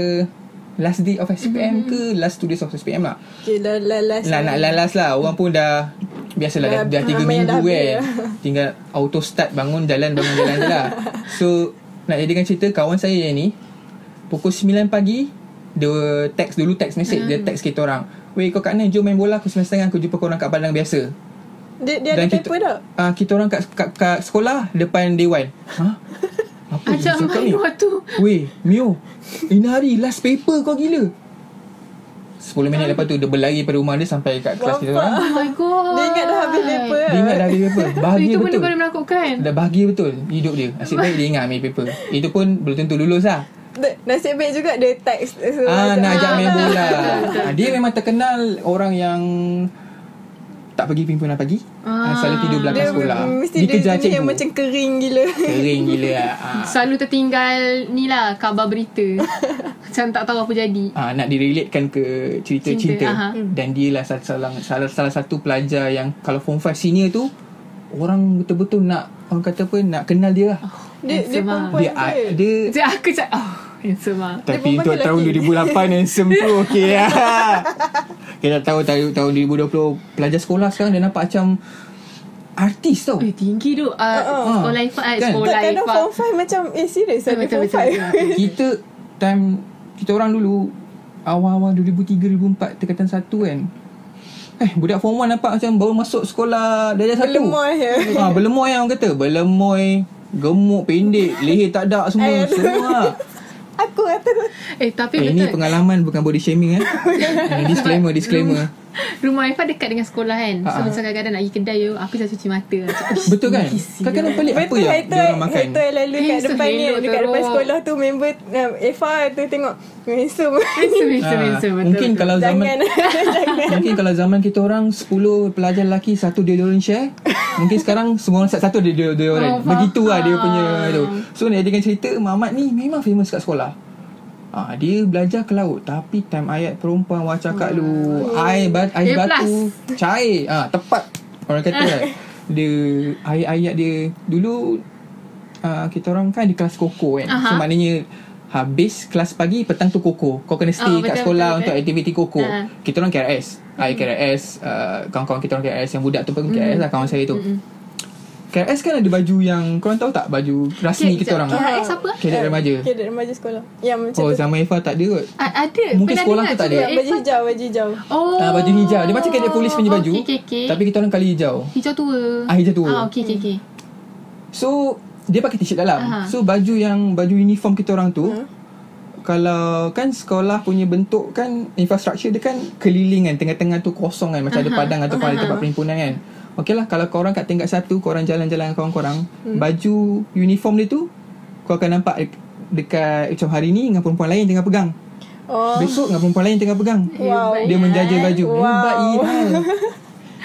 S3: Last day of
S1: Hmm.
S3: SPM ke Last two days of SPM lah
S2: Okay, la, la, last
S3: Lah nak lalas lah Orang pun dah Biasalah dah,
S2: Dah
S3: dah
S2: ramai
S3: 3
S2: yang
S3: minggu
S2: dah habis ya.
S3: eh
S2: dah.
S3: Tinggal auto start Bangun jalan Bangun jalan je lah So Nak jadikan cerita Kawan saya yang ni Pukul 9 pagi Dia text dulu Text message
S2: Hmm.
S3: Dia text kita orang Weh kau kat mana Jom main bola Aku 9.30 Aku jumpa korang kat padang biasa
S2: Dia, dia ada
S3: Dan kita-
S2: paper tak?
S3: Ah Kita orang kat, kat, kat sekolah Depan Dewan Ha? Apa dia
S1: Macam lah
S3: cakap ni
S1: main waktu
S3: Weh Mio Ini hari last paper kau gila 10 minit lepas tu Dia berlari pada rumah dia Sampai kat kelas kita
S2: Bapak.
S3: orang
S1: Oh my god
S2: Dia ingat dah habis kan? paper
S3: dia ingat dah ambil paper
S1: Itu pun dia
S3: Bahagia Ah, betul
S1: boleh melakukan
S3: Dah bahagia betul Hidup dia Asyik baik dia ingat ambil paper Itu pun belum tentu lulus lah
S2: Da- Nasib baik juga dia text so,
S3: ah, Nak ajak
S1: Ah,
S3: main
S1: betul,
S3: bola
S1: betul, betul,
S3: Ah, Dia memang terkenal Orang yang Tak pergi pimpinan pagi
S1: Ah.
S3: ah, Selalu tidur belakang
S2: Dia
S3: sekolah
S2: mesti dia
S3: Dikejar
S2: jenis yang
S3: cikgu
S2: macam kering gila
S3: Kering gila lah. ah.
S1: Selalu tertinggal Ni lah Khabar berita Macam tak tahu apa jadi
S3: Ah, nak direlatekan ke cerita
S1: Cinta,
S3: cinta,
S1: aha.
S3: dan dia lah salah, salah, salah, salah satu pelajar yang kalau form 5 senior tu orang betul-betul nak orang kata apa nak kenal dia lah
S2: Dia, dia
S1: Handsome ah.
S2: perempuan
S3: dia,
S2: dia,
S3: dia, dia
S1: Macam aku macam Oh handsome lah
S2: Dia
S3: Tapi
S2: perempuan
S3: untuk
S2: ke
S3: tahun
S2: lelaki?
S3: 2008 handsome tu okey lah. Kita tahu tahun, tahun 2020 pelajar sekolah sekarang dia nampak macam artis tau.
S1: Eh tinggi tu uh,
S2: Ha,
S1: Sekolah Ifah eh,
S3: Kan?
S1: Sekolah
S2: Takkan ada
S1: Ifah
S2: form 5 macam Eh serius ada
S1: Betul,
S2: form
S1: betul,
S2: 5
S3: Kita time kita orang dulu awal-awal 2003 2004 tingkatan 1 kan. Eh budak form 1 nampak macam baru masuk sekolah darjah 1.
S2: Berlemoy ya
S3: Ha, berlemoy yang orang kata. Berlemoy, gemuk, pendek, leher tak ada semua.
S2: Ayah tu.
S3: semua. lah.
S2: Aku kata
S1: Eh tapi
S3: Eh,
S1: betul
S3: ini pengalaman bukan body shaming eh. Eh, disclaimer, disclaimer.
S1: Rumah Aifah dekat dengan sekolah kan So
S3: Ha-ha.
S1: macam kadang-kadang nak pergi kedai yo, Aku macam cuci mata
S3: Betul kan? Kadang-kadang pelik apa
S2: Betul
S3: yang
S2: hater
S3: dia orang makan.
S2: Hater lalu kat
S1: Handsome,
S2: depan ni
S1: elok,
S2: Dekat depan
S1: teruk.
S2: sekolah tu Member um, Eva tu tengok Handsome
S1: Biasa-biasa
S3: Ah,
S1: betul
S3: mungkin kalau zaman
S2: Jangan Jangan
S3: mungkin kalau zaman kita orang 10 pelajar lelaki satu dia orang share mungkin sekarang semua orang satu dia dia
S1: Oh,
S3: orang
S1: faham. Ah.
S3: begitu lah dia punya tu so nak jadikan cerita Mamat ni memang famous kat sekolah Ah, dia belajar ke laut tapi time ayat perempuan wacak kat lu
S1: Hmm.
S3: air bat
S1: A
S3: air
S1: plus.
S3: batu cair ah tepat orang
S1: Eh.
S3: kata kan dia ayat-ayat dia dulu ah, kita orang kan di kelas koko kan so
S1: Aha.
S3: maknanya habis kelas pagi petang tu koko kau kena
S1: Oh,
S3: stay kat
S1: betul,
S3: sekolah
S1: betul,
S3: untuk
S1: betul.
S3: aktiviti koko
S1: Ah.
S3: kita orang KRS I KRS ah, kawan-kawan kita orang KRS yang budak tu pun KRS lah kawan saya tu KRS kan ada baju yang korang tahu tak baju rasmi kita orang Ha.
S1: KRS apa?
S3: Kadet remaja
S2: Kedek remaja sekolah Yang macam
S3: Oh
S2: tu
S3: zaman Ifah tak ada kot
S1: A- ada
S3: Mungkin
S1: Pernah
S3: sekolah
S1: dengar
S3: tu tak ada.
S1: cerita
S2: Ya, baju
S1: Irfan?
S2: hijau Baju hijau
S1: Oh
S3: Ah, baju hijau. Dia macam kadet polis punya baju.
S1: Okey okey okey.
S3: Tapi kita orang kali hijau.
S1: hijau tua.
S3: Ah, hijau tua.
S1: Ah okey okey okey.
S3: So dia pakai t-shirt dalam.
S1: Aha.
S3: So baju yang baju uniform kita orang tu kalau kan sekolah punya bentuk kan infrastruktur dia kan keliling kan tengah-tengah tu kosong kan macam ada padang atau ada tempat perhimpunan kan. Okey lah kalau korang kat tingkat satu korang jalan-jalan dengan kawan-korang baju uniform dia tu kau akan nampak dek- dekat macam hari ni dengan perempuan lain tengah pegang.
S2: Oh
S3: Besok dengan perempuan lain tengah pegang.
S2: Wow.
S3: Dia menjaja baju.
S2: Wow.
S3: Hebat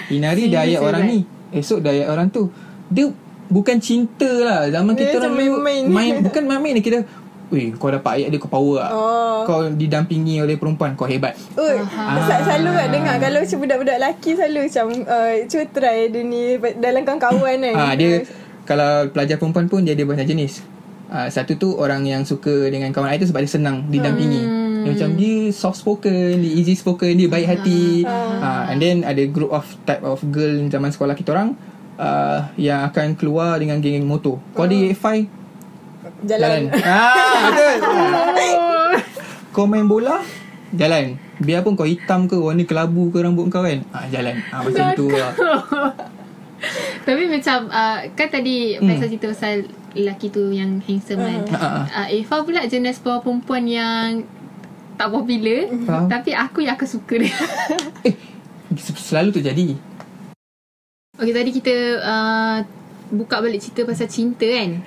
S3: Ina. Ina ni dah ayat
S1: Serious,
S3: orang ni. Esok dah ayat orang tu. Dia bukan cinta lah. Zaman
S2: Dia
S3: kita
S2: macam
S3: orang dulu
S2: main-main.
S3: main bukan main-main ni kita Weh kau dapat ayat dia kau power lah.
S2: Oh.
S3: Kau didampingi oleh perempuan kau hebat.
S2: Ui,
S3: Aha.
S2: sel- selalu kan dengar Kalau macam budak-budak lelaki Selalu macam uh, Cuba try dia ni Dalam kawan-kawan kan
S3: Ah dia kalau pelajar perempuan pun dia ada banyak jenis. Ah, satu tu orang yang suka dengan kawan I tu sebab dia senang didampingi. Dia macam dia soft spoken, dia easy spoken, dia baik hati. Ah, and then ada group of type of girl zaman sekolah kita orang ah, yang akan keluar dengan geng-geng motor. Kau ada AFI
S2: Jalan,
S3: Hmm. jalan. ah betul. Ah. kau main bola jalan. Biarpun kau hitam ke warna kelabu ke rambut kau kan. Ah jalan. Ah macam tu lah.
S1: Tapi macam uh, kan tadi hmm. pasal cerita pasal lelaki tu yang handsome kan.
S3: Ah, ah,
S1: Uh, Eva pula jenis perempuan yang tak popular
S3: Faham.
S1: tapi aku yang aku suka dia.
S3: Eh se- selalu terjadi.
S1: Okey tadi kita uh, buka balik cerita pasal cinta kan.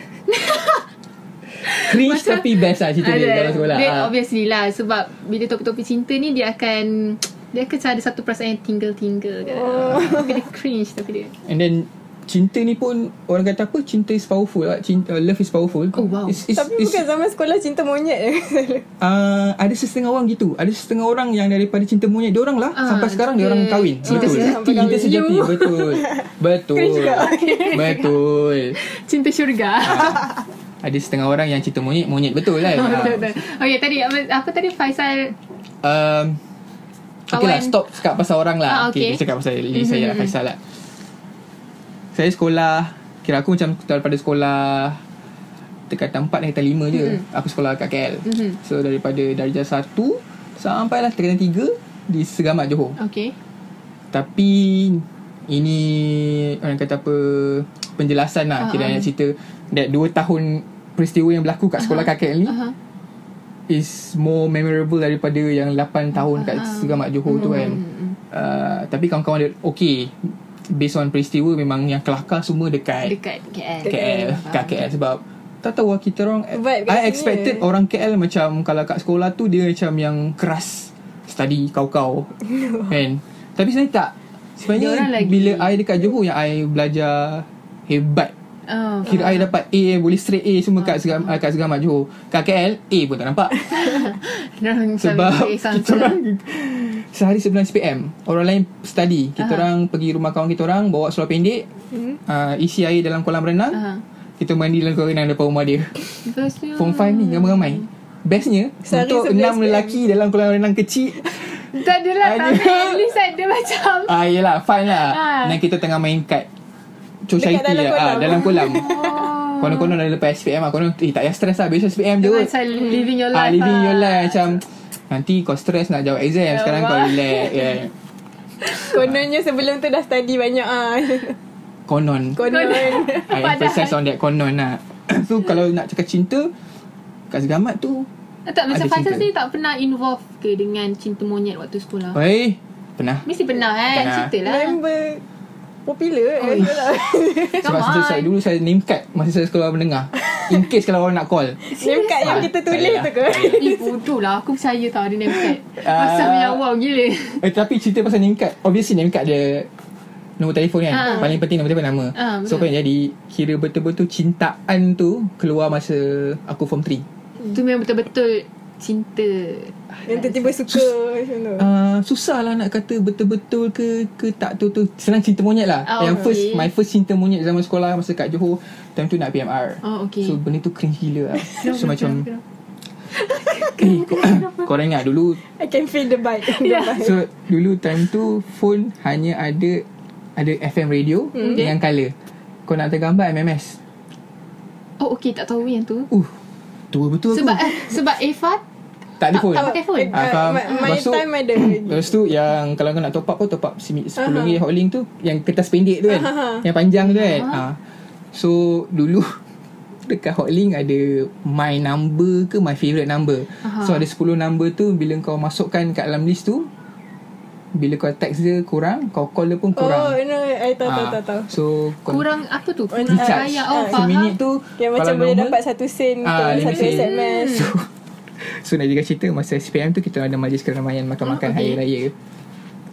S3: Cringe
S1: Macam-
S3: tapi best lah cerita dia
S1: Ada.
S3: dalam sekolah.
S1: Dia
S3: Ah.
S1: obviously lah sebab bila topik-topik cinta ni dia akan dia akan ada satu perasaan yang tinggal-tinggal kan. Oh. Dia cringe tapi dia.
S3: And then cinta ni pun orang kata apa cinta is powerful lah. cinta love is powerful
S1: Oh, wow.
S3: it's, it's,
S2: Tapi
S3: it's,
S2: bukan zaman sekolah Cinta monyet je
S3: uh, ada setengah orang gitu ada setengah orang yang daripada cinta monyet dia orang lah
S1: Ah, Oh,
S3: sampai sekarang dia orang kahwin
S1: cinta
S3: betul
S1: sejati.
S3: cinta sejati
S1: You.
S3: betul betul betul
S1: Cinta syurga.
S3: ada setengah orang yang cinta monyet monyet Ah, betul kan Ah.
S1: Betul betul. Okey tadi apa, apa tadi Faisal
S3: um, Okay lah
S1: Kawan.
S3: stop cakap pasal orang lah
S1: Ah, okay. mm-hmm.
S3: Okay, kita cakap pasal diri saya lah Faisal lah Saya sekolah Kira aku macam daripada sekolah Dekat tempat dekat lima je
S1: Mm-hmm.
S3: Aku sekolah kat KL So daripada darjah satu Sampailah darjah tiga Di Segamat Johor
S1: okey.
S3: tapi ini orang kata apa penjelasan
S1: Ha,
S3: lah uh-huh. kiranya cerita that 2 tahun peristiwa yang berlaku kat sekolah uh-huh. kakek ni
S1: Aha.
S3: uh-huh. is more memorable daripada yang 8 tahun uh-huh. kat Segamat
S1: Hmm,
S3: Johor tu kan. Uh, tapi kawan-kawan dia okay based on peristiwa memang yang kelakar semua dekat,
S1: Dekat KL.
S3: KL,
S1: Ah,
S3: kat KL sebab tak tahu lah kita orang
S2: Vibe kat
S3: I
S2: sini.
S3: expected orang KL macam kalau kat sekolah tu dia macam yang keras study kau-kau kan tapi sebenarnya tak
S1: Dia orang
S3: sebenarnya
S1: lagi-
S3: bila I dekat Johor yang I belajar hebat
S1: Oh.
S3: kira I
S2: Ah.
S3: dapat A boleh straight A semua kat segam, kat Segamat Johor kat KL A pun tak nampak
S1: Orang
S3: sebab
S1: sambil
S3: kita
S1: sangsa.
S3: orang sehari sebelum SPM orang lain study kita
S1: Aha.
S2: Ah.
S3: orang pergi rumah kawan kita orang bawa seluar pendek
S2: Hmm.
S3: ah, isi air dalam kolam renang
S2: Ah.
S1: Aha.
S3: kita mandi dalam kolam renang depan rumah dia
S1: Lepas tu-
S3: Form 5 ni ramai-ramai Bestnya
S2: Sehari
S3: Untuk
S2: sebelum
S3: enam
S2: SPM.
S3: lelaki Dalam kolam renang kecil
S1: Tak ada lah Tapi
S3: Ada.
S1: at least ada macam
S3: Ah yelah fun lah
S1: Ha.
S3: Dan kita tengah main kad
S2: Dekat
S3: Society
S2: dalam
S3: lah ah,
S2: kolam.
S3: Dalam kolam Konon-konon dah lepas SPM lah Konon eh, tak payah stress lah Besok SPM je
S1: Oh, Dia
S3: kot
S1: Macam living your life
S3: ah, Living
S1: lah.
S3: your life Macam Nanti kau stress nak jawab exam Sekarang kau
S2: Allah.
S3: relax yeah.
S2: Kononnya sebelum tu Dah study banyak ah.
S3: Konon Ah,
S2: Konon
S3: I emphasize on that konon lah So kalau nak cakap cinta Kat segamat tu
S1: Eh, Tak macam
S3: Ada
S1: Faisal
S3: cinta.
S1: sendiri tak pernah involve ke Dengan cinta monyet waktu sekolah
S3: Hei Pernah
S1: Mesti pernah kan
S3: Oh, ya. Pernah.
S1: Cerita lah
S2: Member Popular eh.
S3: Sebab
S1: Come
S3: saya, saya,
S1: on.
S3: dulu saya name card Masa saya sekolah menengah In case kalau orang nak call
S2: Name card
S3: Ah,
S2: yang kita tulis
S3: lah.
S2: tu ke
S1: Eh bodoh lah Aku percaya tau Dia name card
S3: Ah.
S1: Masa yang wow gila
S3: Eh tapi cerita pasal name card Obviously name card dia Nombor telefon kan
S1: Ah.
S3: Paling penting nombor telefon nama
S1: Ah,
S3: So
S1: betul.
S3: kan jadi Kira betul-betul cintaan tu Keluar masa Aku form 3
S1: Tu memang betul-betul cinta
S2: Yang tiba-tiba suka macam tu.
S3: Uh, susah lah nak kata betul-betul ke ke tak tu tu senang cinta monyet lah
S1: Oh,
S3: yang
S1: okay.
S3: first my first cinta monyet zaman sekolah masa kat Johor time tu nak PMR
S1: Oh, okay.
S3: so benda tu cringe gila lah so macam
S1: Kenapa?
S3: eh, kor- korang ingat dulu
S2: I can feel the bite.
S1: Yeah.
S2: The bite.
S3: so dulu time tu phone hanya ada ada FM radio
S2: Hmm.
S3: dengan color kau nak tergambar MMS
S1: Oh okey tak tahu yang tu.
S3: uh tua betul
S1: Sebab
S3: aku
S1: eh, sebab Efat
S3: tak ada phone
S1: tak pakai phone.
S2: Uh,
S3: Ah, faham.
S2: my, my
S3: Lepas tu-
S2: time ada lagi.
S3: Lepas tu yang kalau kau nak top up kau top up RM10
S2: Aha.
S3: uh-huh. hot link tu yang kertas pendek tu kan.
S2: Aha.
S3: Yang panjang tu kan. Ha. So dulu dekat hot link ada my number ke my favorite number.
S1: Aha.
S3: So ada 10 number tu bila kau masukkan kat dalam list tu bila kau text dia kurang, kau call dia pun
S2: Oh,
S3: kurang.
S2: no, I tahu, tahu,
S3: Ah,
S2: tahu, tahu.
S3: So
S1: kurang apa tu? Kurang
S3: recharge.
S1: bayar. Oh faham.
S3: Seminit tu
S2: Yang macam boleh dapat satu sen ah,
S3: Ah, lima
S2: satu
S3: sen.
S2: SMS.
S3: So So nak juga cerita Masa SPM tu Kita ada majlis keramaian
S1: Oh,
S3: Makan-makan
S1: okay.
S3: hari raya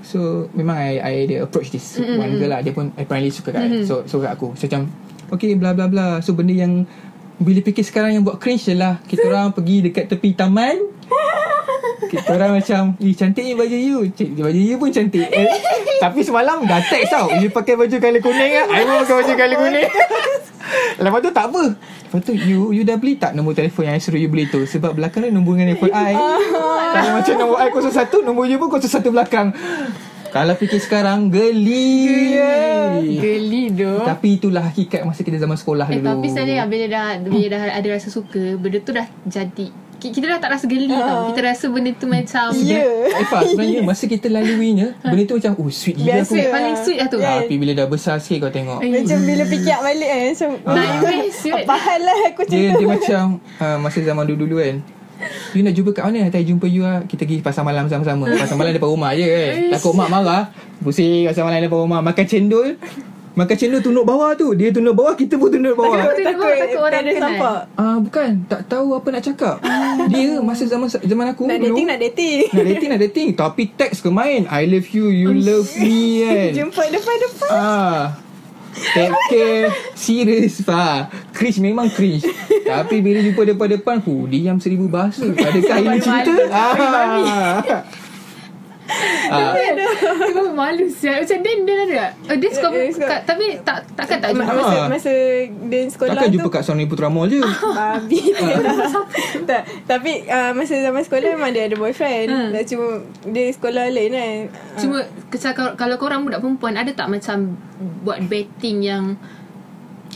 S3: So Memang I, I ada approach this mm-hmm. One girl lah Dia pun apparently suka kat mm-hmm. So suka aku So macam Okay bla bla bla So benda yang Bila fikir sekarang Yang buat cringe ialah Kita orang pergi dekat tepi taman Kita orang macam Ih cantik ni baju you Cik, Baju you pun cantik eh, Tapi semalam dah text tau You pakai baju colour kuning lah I pun pakai baju colour kuning Lepas tu tak apa Lepas tu you You dah beli tak Nombor telefon yang I suruh you beli tu Sebab belakang dia nombor dengan telefon I Kalau macam nombor I 01 Nombor you pun 01 belakang Kalau fikir sekarang Geli Geli
S1: Geli doh.
S3: Tapi itulah hakikat Masa kita zaman sekolah
S1: Eh,
S3: dulu
S1: tapi sebenarnya bila dah bila dah ada rasa suka, benda tu dah jadi Ki- kita dah tak rasa geli tau. Kita rasa benda tu macam
S2: Ya.
S3: Eva sebenarnya Masa kita laluinya
S1: Ha.
S3: Benda tu macam Oh sweet
S2: Biasa.
S3: gila aku
S1: sweet, paling sweet lah tu.
S2: Kan?
S3: Ah, Tapi bila dah besar sikit kau tengok
S1: Eh,
S2: Macam bila fikir balik kan. Macam,
S1: Nightmares, right?
S2: apa hal lah aku macam
S3: Dia
S2: tu.
S3: dia macam uh, Masa zaman dulu-dulu kan You nak jumpa kat mana Nanti I jumpa you lah Kita pergi pasar malam sama-sama Pasar malam depan rumah je kan Takut mak marah Pusing pasar malam depan rumah Makan cendol Makan cendol tunduk bawah tu Dia tunduk bawah Kita pun tunduk bawah
S1: Takut dia bawa, takut orang
S2: tak ada
S1: kenal.
S2: nampak.
S3: Ah uh, bukan tak tahu apa nak cakap. Dia masa zaman zaman aku
S2: Ah. Nak
S3: dulu
S2: dating, nak dating.
S3: nak dating nak dating tapi teks ke main I love you you love me kan.
S2: Jumpa depan-depan.
S3: ah. Take care Serius Fah Cringe memang cringe Tapi bila jumpa depan-depan Hu diam seribu bahasa Adakah ini
S1: Malu-malu.
S3: cerita ah. ah.
S1: Dia pun malu siap Macam Dan Dan ada tak? Eh, Dia suka
S2: Dia- dia suka.
S1: kat- Tapi tak takkan tak
S2: Ma-
S1: jumpa
S2: Masa,
S3: Ah.
S2: masa dia sekolah
S3: Takkan
S2: tu
S3: jumpa kat Sony Putra Mall je
S1: Ah.
S2: Babi tak, Tapi uh, masa zaman sekolah Memang dia ada boyfriend
S1: Hmm.
S2: hmm. Cuma dia sekolah lain kan Ah.
S1: Cuma kecak- kalau, kalau korang budak perempuan Ada tak macam Buat betting yang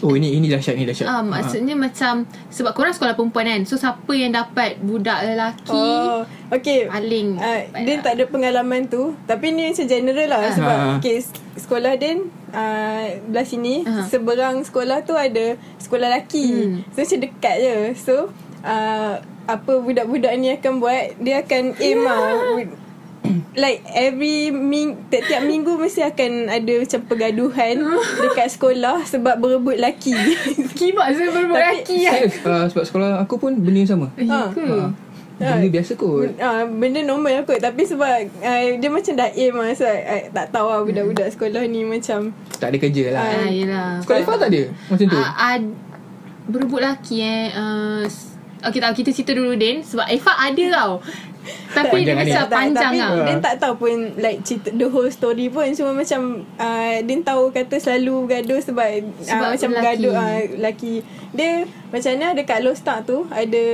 S3: Oh ini ini dahsyat ni dahsyat
S1: ah, Maksudnya macam Sebab korang sekolah perempuan kan So siapa yang dapat Budak lelaki
S2: Oh, okay.
S1: Paling
S2: Uh,
S1: baik
S2: Din
S1: lah.
S2: tak ada pengalaman tu Tapi ni macam general lah
S1: Ah.
S2: Sebab
S3: Ah.
S2: okay, s- Sekolah Din uh, Belah sini
S1: Ah.
S2: Seberang sekolah tu ada Sekolah lelaki
S1: Hmm.
S2: So macam dekat je So uh, Apa budak-budak ni akan buat Dia akan
S1: Ya.
S2: aim lah Like every ming Tiap-tiap minggu Mesti akan ada Macam pergaduhan
S1: Ah.
S2: Dekat sekolah Sebab berebut laki
S1: Kibat saya berbuk
S2: Tapi-
S1: lelaki kan
S3: Serius, ah, Sebab sekolah aku pun Benda yang sama
S1: Eh, ya
S2: Ah.
S1: ke? Ya.
S3: Ah. Benda biasa kot
S2: Uh, benda normal lah kot Tapi sebab uh, Dia macam dah aim lah so, I, I tak tahu lah Budak-budak sekolah ni macam
S3: Tak ada kerja lah
S1: Ah, yelah
S3: Sekolah Ifah tak ada Macam tu
S1: Ah, ah, berebut lelaki eh uh, Okay tak kita cerita dulu Din Sebab Efak ada tau Tapi dia
S3: Panjang ni.
S1: macam
S2: tak-
S1: panjang
S2: Tapi
S1: lah
S2: Din tak tahu pun Like cerita, the whole story pun Cuma macam uh, Din tahu kata selalu bergaduh Sebab,
S1: Sebab
S2: sebab uh, Macam
S1: lelaki.
S2: bergaduh uh, Lelaki Dia macam mana dekat Lostak tu Ada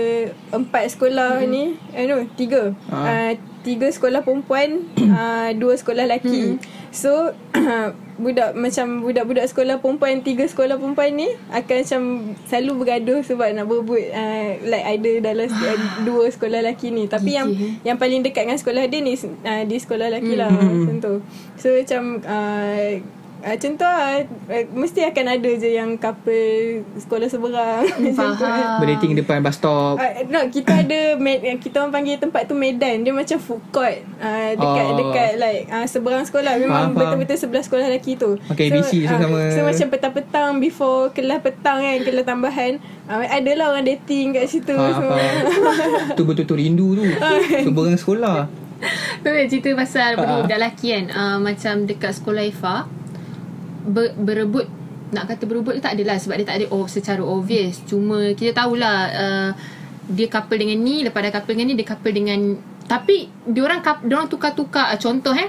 S2: Empat sekolah
S1: Mhm.
S2: hmm. ni Eh no Tiga
S3: Ah.
S2: uh, Tiga sekolah perempuan uh, Dua sekolah lelaki
S1: Mhm.
S2: So Budak macam Budak-budak sekolah perempuan Tiga sekolah perempuan ni Akan macam Selalu bergaduh Sebab nak berebut uh, Like ada dalam se- uh, Dua sekolah lelaki ni Tapi yang
S1: Gigih, eh.
S2: yang paling dekat dengan sekolah dia ni uh, di sekolah lelaki lah
S3: Mm-hmm.
S2: macam tu so macam uh, uh, macam tu lah uh, mesti akan ada je yang couple sekolah seberang macam tu
S1: Faham
S3: Berating depan bus stop
S2: Uh, no, kita ada med, uh, kita orang panggil tempat tu medan dia macam food court uh, dekat
S3: Oh.
S2: oh. dekat like uh, seberang sekolah
S3: Faham,
S2: memang
S3: faham.
S2: betul-betul sebelah sekolah lelaki tu
S3: Pakai ABC
S2: ah,
S3: sama-sama.
S2: so macam petang-petang before kelas petang kan kelas tambahan uh, adalah orang dating kat situ
S3: Ah,
S2: semua
S3: faham. tu betul-betul rindu tu Seberang sekolah
S1: Tapi cerita pasal
S3: Ah.
S1: uh. budak lelaki kan uh, Macam dekat sekolah Ifa ber, Berebut Nak kata berebut tu tak adalah Sebab dia tak ada oh, secara obvious Cuma kita tahulah uh, dia couple dengan ni lepas dah couple dengan ni dia couple dengan tapi diorang kap- diorang tukar-tukar Ah, contoh eh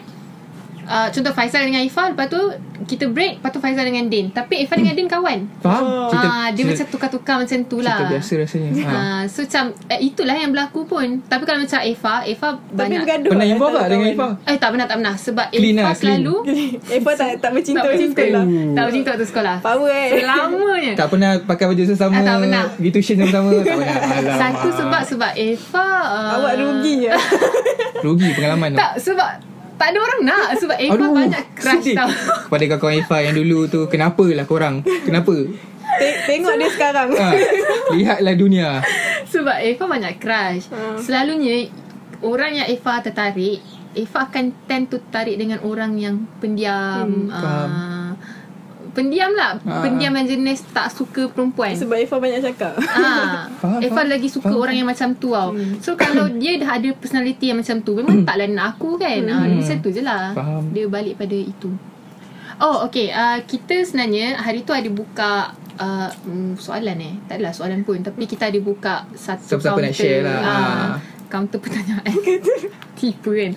S1: uh, contoh Faisal dengan Ifah lepas tu kita break lepas tu Faisal dengan Din tapi Ifah dengan Din kawan
S3: Faham?
S1: ah dia macam tukar-tukar macam tu lah
S3: cerita biasa rasanya.
S1: ha.
S3: Ha.
S1: so macam eh, itulah yang berlaku pun tapi kalau macam Ifah Ifah
S2: Tapi
S1: banyak
S2: bergaduh
S3: Pernah
S2: lah
S3: involve tak
S2: antara
S3: dengan
S2: kawan.
S3: Ifah?
S1: eh tak pernah tak pernah sebab
S3: Clean
S1: Ifah
S3: lah, clean.
S1: selalu
S2: Ifah tak, tak bercinta
S1: tak
S2: macam
S1: bercinta
S2: sekolah
S1: tak bercinta waktu sekolah
S2: Power eh
S1: selamanya
S3: Tak pernah pakai baju sesama.
S1: Ah, tak pernah.
S3: Pergi tuition sama-sama. tak pernah. Alamak.
S1: Satu sebab sebab Eva uh,
S2: Awak rugi eh. je
S3: Rugi pengalaman tu.
S1: Tak sebab tak ada orang nak sebab Eva
S3: Aduh,
S1: banyak crush
S3: sedih.
S1: tau.
S3: Kepada kawan-kawan Ifah yang dulu tu Kenapa lah korang Kenapa
S2: Te- Tengok dia sekarang
S3: ha, Lihatlah dunia
S1: Sebab Eva banyak crush.
S2: Hmm.
S1: Selalunya orang yang Eva tertarik, Eva akan tend to tarik dengan orang yang pendiam. Hmm,
S3: faham.
S1: uh, pendiam lah.
S3: Ah.
S1: Pendiam yang jenis tak suka perempuan.
S2: Sebab Ifah banyak cakap
S1: Ah,
S3: Faham,
S1: Eva
S3: faham.
S1: lagi suka
S3: Faham. Hmm.
S1: orang yang macam tu tau. So kalau dia dah ada personality yang macam tu, memang taklah nak aku kan. Ah,
S3: Hmm.
S1: dia macam tu je lah.
S3: Faham.
S1: Dia balik pada itu. Oh, okay. Uh, kita sebenarnya hari tu ada buka uh, mm, soalan eh. Tak adalah soalan pun. Tapi kita ada buka satu
S3: Siapa-siapa
S1: counter.
S3: nak share lah.
S1: Ah,
S3: Ah.
S1: counter pertanyaan. Tipu kan.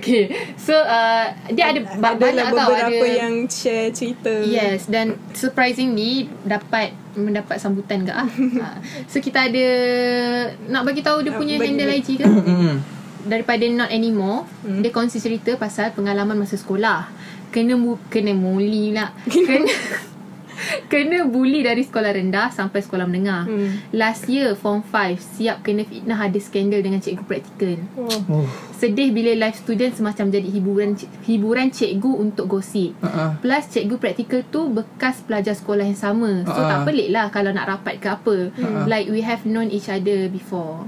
S1: Okay. So, uh, dia ada ba- banyak
S2: Adalah
S1: tau.
S2: lah beberapa
S1: ada,
S2: yang share cerita
S1: Yes dan surprisingly dapat mendapat sambutan ke ah. Ah. so kita ada nak bagi tahu dia
S2: Ah,
S1: punya
S2: bagi-
S1: handle IG ke
S3: Mm-mm.
S1: daripada not anymore hmm. dia kongsi cerita pasal pengalaman masa sekolah. Kena mu, kena muli lah. Kena kena bully dari sekolah rendah sampai sekolah menengah.
S2: Hmm.
S1: Last year form 5 siap kena fitnah ada skandal dengan cikgu praktikal.
S2: Oh.
S3: oh,
S1: Sedih bila live student semacam jadi hiburan hiburan cikgu untuk gosip.
S3: uh-uh.
S1: Plus cikgu praktikal tu bekas pelajar sekolah yang sama. So uh-huh.
S3: Ah.
S1: tak pelik lah kalau nak rapat ke apa. Uh-huh.
S3: Ah.
S1: Like we have known each other before.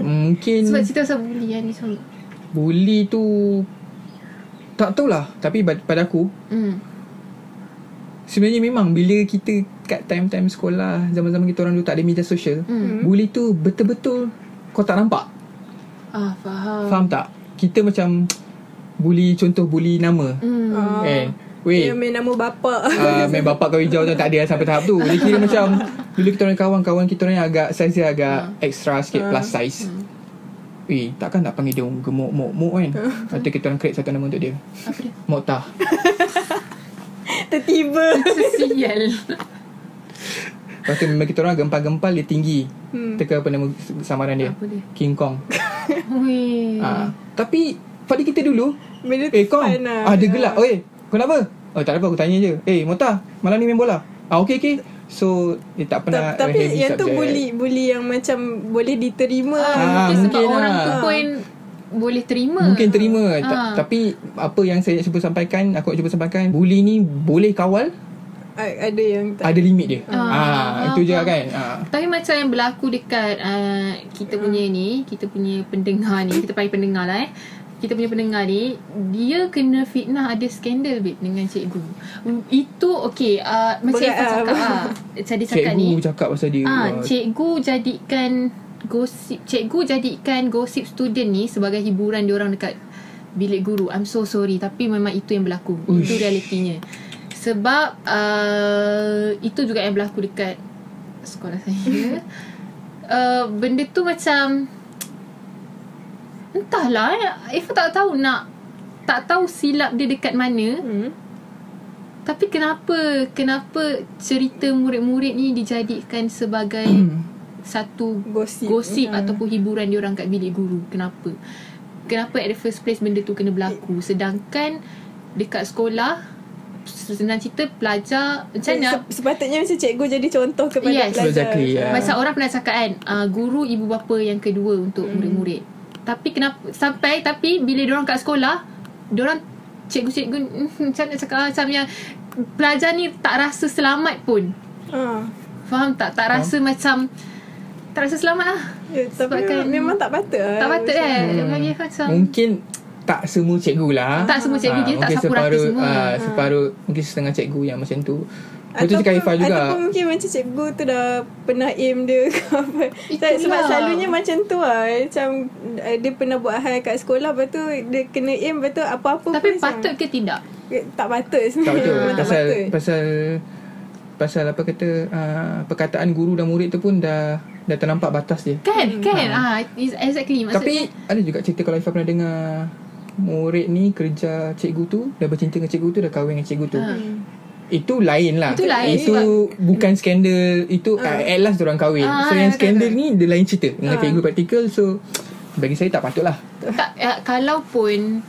S3: Mungkin
S1: Sebab cerita pasal bully kan ni sorry.
S3: Bully tu Tak tahulah Tapi bad- pada aku
S1: Hmm.
S3: Sebenarnya memang Bila kita Kat time-time sekolah Zaman-zaman kita orang dulu Tak ada media sosial
S1: Hmm.
S3: Bully tu betul-betul Kau tak nampak
S1: Ah faham.
S3: Faham tak Kita macam Bully Contoh bully nama
S1: Hmm. Ya,
S2: Ah.
S3: Eh Weh
S2: Dia main nama bapa
S3: uh, main bapak kau hijau tu tak ada sampai tahap tu. Dia kira macam dulu kita orang kawan-kawan kita orang yang agak size dia agak
S1: Hmm.
S3: extra sikit plus size. Weh, takkan nak panggil dia gemuk mok mok kan. Lepas tu kita orang create satu nama untuk dia.
S1: Hmm. Apa dia?
S3: Moktah.
S2: Tertiba
S1: Sosial.
S3: Lepas tu memang kita orang gempal-gempal dia tinggi.
S2: Hmm.
S3: Teka apa nama samaran dia?
S1: Apa dia? Hmm.
S3: King Kong.
S1: Ui.
S3: Ah, tapi pada kita dulu,
S2: Benda tu
S3: eh Kong,
S2: fun lah.
S3: ah, dia gelak. Oi, kau nak apa? Oh, tak ada apa aku tanya je. Eh, Moktah, malam ni main bola. Ah, okey okey. So, dia
S2: Ta-
S3: tak pernah
S2: Tapi
S3: heavy
S2: yang tu
S3: subject.
S2: bully Bully yang macam Boleh
S1: Ah,
S2: diterima lah.
S1: mungkin sebab
S3: mungkin
S1: orang tu
S3: lah.
S1: pun boleh terima.
S3: Mungkin terima Eh, Ta-
S1: Ah.
S3: Tapi Apa yang saya nak cuba sampaikan Aku nak cuba sampaikan Bully ni Boleh kawal
S2: A- Ada yang tak
S3: Ada limit dia
S1: Ah.
S3: ah, Itu je kan ah.
S1: Tapi macam yang berlaku dekat uh, kita punya ni, kita punya pendengar ni, kita panggil pendengar lah eh. Kita punya pendengar ni, dia kena fitnah ada skandal babe dengan cikgu. Itu okey, uh, macam
S2: Berat
S1: Ifah
S2: lah.
S1: cakap lah. Tadi cakap
S3: Cikgu
S1: ni.
S3: cakap pasal dia
S1: Ah, cikgu jadikan gosip, cikgu jadikan gosip student ni sebagai hiburan diorang dekat bilik guru. I'm so sorry tapi memang itu yang berlaku. Uish. Itu realitinya. Sebab uh, itu juga yang berlaku dekat sekolah saya. uh, benda tu macam entahlah eh. Ifah tak tahu nak tak tahu silap dia dekat mana.
S2: Hmm.
S1: Tapi kenapa kenapa cerita murid-murid ni dijadikan sebagai satu
S2: Gosip
S1: gosip hmm. ataupun hiburan diorang kat bilik guru? Kenapa? Kenapa at the first place benda tu kena berlaku? Sedangkan dekat sekolah senang cerita pelajar macam mana?
S2: Se- Sepatutnya macam cikgu jadi contoh kepada
S1: Yes.
S2: pelajar
S3: Exactly, yeah.
S1: Macam orang pernah cakap kan uh, Guru ibu bapa yang kedua Untuk murid-murid Tapi kenapa Sampai tapi Bila diorang kat sekolah Diorang Cikgu-cikgu Macam nak cakap ah, Macam yang Pelajar ni tak rasa selamat pun
S2: Ah.
S1: Faham tak? Tak rasa macam Tak rasa selamat lah
S2: Ya, tapi
S1: Sebabkan-
S2: memang, memang tak patut lah.
S1: Tak patut
S2: Macam-
S1: eh Bagi aku macam
S3: Mungkin Tak semua cikgu lah
S1: Tak semua cikgu, kita tak
S3: mungkin
S1: sapu rata
S3: separuh,
S1: semua.
S3: ah, Separuh Mungkin setengah cikgu yang macam tu Lepas tu
S2: Ataupun-
S3: cakap Ifah juga
S2: Ataupun mungkin macam cikgu tu dah Pernah aim dia ke apa
S1: Itulah.
S2: Sebab selalunya macam tu lah Macam uh, dia pernah buat hal kat sekolah Lepas tu dia kena aim Lepas tu apa-apa
S1: Tapi
S2: pun macam-
S1: patut ke tidak?
S2: Eh, Tak patut
S3: Tak
S1: Hmm,
S2: sebenarnya
S3: betul
S2: Memang Tak
S3: Pasal
S2: patut
S3: Pasal pasal apa kata uh, perkataan guru dan murid tu pun dah dah ternampak batas dia.
S1: Kan kan ah is exactly
S3: Hmm, Tapi ada juga cerita kalau Ifah pernah dengar murid ni kerja cikgu tu dah bercinta dengan cikgu tu dah kahwin dengan cikgu tu. Hmm.
S1: Ah.
S3: Itu lain lah
S1: Itu lain
S3: Itu bukan skandal Itu uh. at last orang kahwin
S1: Ah,
S3: So
S1: betul,
S3: yang
S1: Ah.
S3: skandal ni Dia lain cerita Dengan cikgu praktikal So Bagi saya tak patut lah
S1: tak uh, kalau pun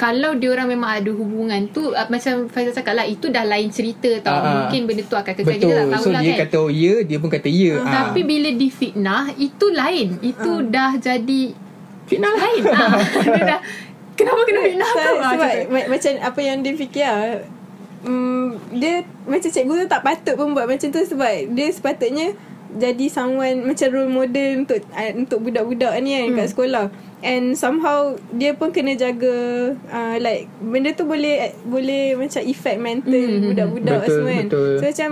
S1: kalau diorang memang ada hubungan tu uh, macam Faizal cakap lah itu dah lain cerita tau
S3: Ah, ah.
S1: mungkin benda tu akan kekal kita tak
S3: Betul
S1: tahu
S3: So
S1: lah
S3: dia
S1: kan
S3: kata oh ya Dia pun kata ya Ah.
S1: tapi bila difitnah itu lain itu dah jadi
S3: Fitnah lah
S1: lain ah, dia dah kenapa kena fitnah
S2: Sebab,
S1: kau Ah,
S2: sebab
S1: macam tu.
S2: ma- macam apa yang dia fikir lah, mm, Dia macam cikgu tu tak patut pun buat macam tu Sebab dia sepatutnya jadi someone macam role model untuk uh, untuk budak-budak ni kan hmm. kat sekolah and somehow dia pun kena jaga uh, like benda tu boleh boleh macam effect mental
S1: Hmm.
S2: budak-budak
S3: Betul,
S2: semua kan
S3: betul.
S2: so macam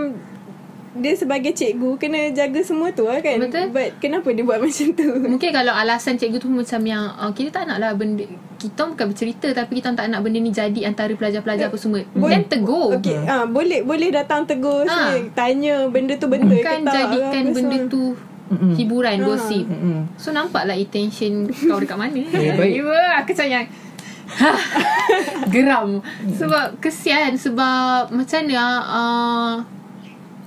S2: dia sebagai cikgu kena jaga semua tu lah kan
S1: Betul.
S2: but kenapa dia buat macam tu
S1: Mungkin kalau alasan cikgu tu macam yang uh, Kita tak naklah benda Kita bukan bercerita Tapi kita tak nak benda ni jadi Antara
S2: Eh,
S1: pelajar-pelajar apa semua Then tegur
S2: Okay, ha. boleh boleh datang tegur
S1: Ah.
S2: ha. Tanya benda kan, tu
S1: Bukan
S2: betul ke tak
S1: jadikan
S2: apa
S1: benda
S2: semua.
S1: tu
S3: Mm-mm.
S1: Hiburan,
S2: Ah.
S1: gosip
S3: Mm-mm.
S1: So nampaklah intention kau dekat mana
S3: Ya, baik.
S1: Ya, aku macam yang Hah, Geram Sebab kesian Sebab macam mana uh,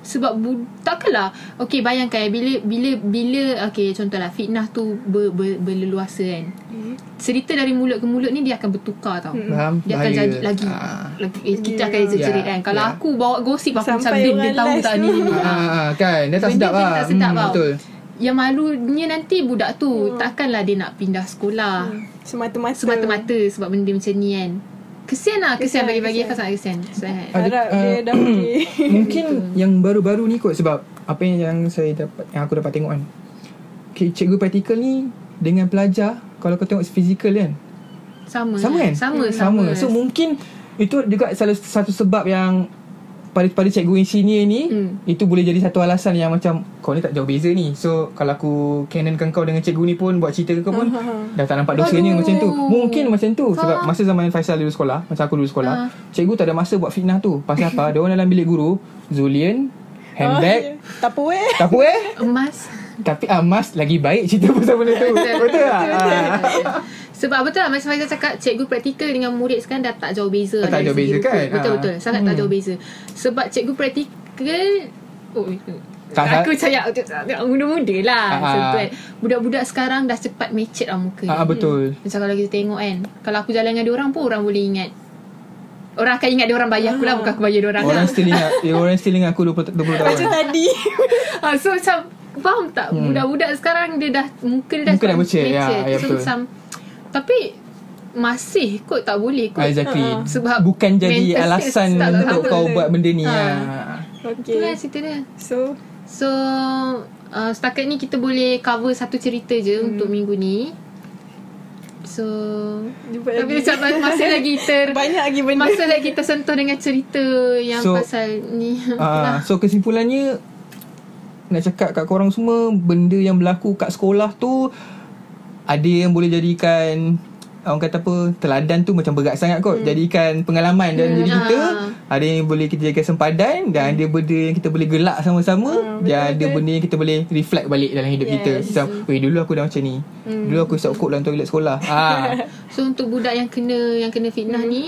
S1: sebab bu- takkanlah okey bayangkan bila bila bila okey contohlah fitnah tu ber, ber, berleluasa kan
S2: Hmm.
S1: cerita dari mulut ke mulut ni dia akan bertukar tau
S3: Faham?
S1: dia akan
S3: Bahaya.
S1: jadi lagi,
S3: Ah.
S1: lagi eh, kita
S2: Ya.
S1: akan jerit
S3: Ya,
S1: kan kalau
S3: ya.
S1: aku bawa gosip aku macam
S2: Sampai
S1: din dia
S2: orang
S1: tahu
S2: live
S1: tak ni
S2: tu.
S1: ni ni Ah.
S3: Ah, ah, Kan Dia tak
S1: Benda
S3: sedap
S1: tu
S3: lah
S1: tak sedap
S3: Mm,
S1: tau.
S3: Betul
S1: Yang malunya nanti budak tu Takkanlah dia nak pindah sekolah
S2: Semata-mata
S1: Semata-mata sebab benda macam ni kan Kesian lah Kesian,
S2: Kesian,
S1: bagi-bagi
S2: kesian.
S1: kau sangat kesian Sangat.
S3: Ada-
S2: Harap
S3: ah,
S2: dia dah okay
S3: Mungkin yang baru-baru ni kot sebab apa yang, yang saya dapat yang aku dapat tengok kan. Okay, cikgu praktikal ni dengan pelajar kalau kau tengok fizikal kan.
S1: Sama
S3: Sama kan?
S1: Sama,
S3: sama.
S1: sama.
S3: So mungkin itu juga salah satu sebab yang pada pada cikgu engineer ni
S1: Hmm.
S3: itu boleh jadi satu alasan yang macam kau ni tak jauh beza ni. So kalau aku canonkan kau dengan cikgu ni pun buat cerita ke kau pun dah tak nampak dosanya
S1: Aduh.
S3: macam tu. Mungkin macam tu sebab
S1: Faham.
S3: masa zaman Faisal dulu sekolah, masa aku dulu
S1: Ah.
S3: sekolah, cikgu tak ada masa buat fitnah tu. Pasal apa? Dia orang dalam bilik guru, Zulian,
S1: Oh,
S3: handbag,
S1: ya.
S2: Tupperware
S3: Tapu eh
S1: Emas
S3: Tapi emas lagi baik cerita pasal benda tu
S1: Betul,
S3: Betul tak? Ah.
S1: Sebab betul lah Macam Faizal cakap Cikgu praktikal dengan murid sekarang Dah tak jauh beza
S3: Dah
S1: dari
S3: tak jauh
S1: segi
S3: beza
S1: rupa.
S3: kan?
S1: Betul-betul
S3: Ah.
S1: Sangat tak
S3: Hmm.
S1: jauh beza Sebab cikgu praktikal Oh
S3: Tak-
S1: aku saya muda-muda lah
S3: Ah.
S1: macam tu kan. Budak-budak sekarang dah cepat mecet lah muka
S3: Ah,
S1: dia.
S3: betul
S1: Macam kalau kita tengok kan Kalau aku jalan dengan orang pun Orang boleh ingat Orang akan ingat dia orang bayar aku
S2: Ah.
S1: lah Bukan aku bayar dia orang
S3: Orang still ingat eh, Orang still ingat aku 20, 20 tahun
S2: Macam tadi
S1: ha, So macam Faham tak hmm. Budak-budak sekarang Dia dah Muka dia dah
S3: Muka dah
S1: macam
S3: becek, ya, ya,
S1: So
S3: betul.
S1: macam Tapi Masih kot tak boleh kot
S3: Ah, Exactly
S2: Ah.
S1: Sebab
S3: Bukan jadi
S1: mental
S3: alasan
S1: state tak
S3: Untuk
S1: tahu.
S3: kau buat benda ni
S1: Ah.
S3: ah.
S1: Itu lah
S2: Okay
S1: cerita dia
S2: So
S1: So uh, Setakat ni kita boleh Cover satu cerita je hmm. Untuk minggu ni So
S2: Jumpa
S1: Tapi
S2: lagi.
S1: macam Masih lagi ter
S2: Banyak lagi benda
S1: Masih lagi kita sentuh Dengan cerita Yang
S3: So,
S1: pasal ni lah.
S3: Ah, So kesimpulannya Nak cakap kat korang semua Benda yang berlaku kat sekolah tu Ada yang boleh jadikan Orang kata apa Teladan tu macam berat sangat kot hmm. Jadikan pengalaman dan hmm. jadi kita
S1: ah. Hmm.
S3: Ada yang boleh kita jadikan sempadan Dan ada benda yang kita boleh gelak
S1: Ah,
S3: sama-sama
S2: Hmm,
S3: Dan ada
S2: betul-betul.
S3: benda yang kita boleh Reflect balik dalam hidup kita
S2: Yes.
S3: Macam Weh dulu aku dah macam ni hmm. Dulu aku isap kok dalam toilet sekolah ah.
S1: So untuk budak yang kena yang kena fitnah hmm. ni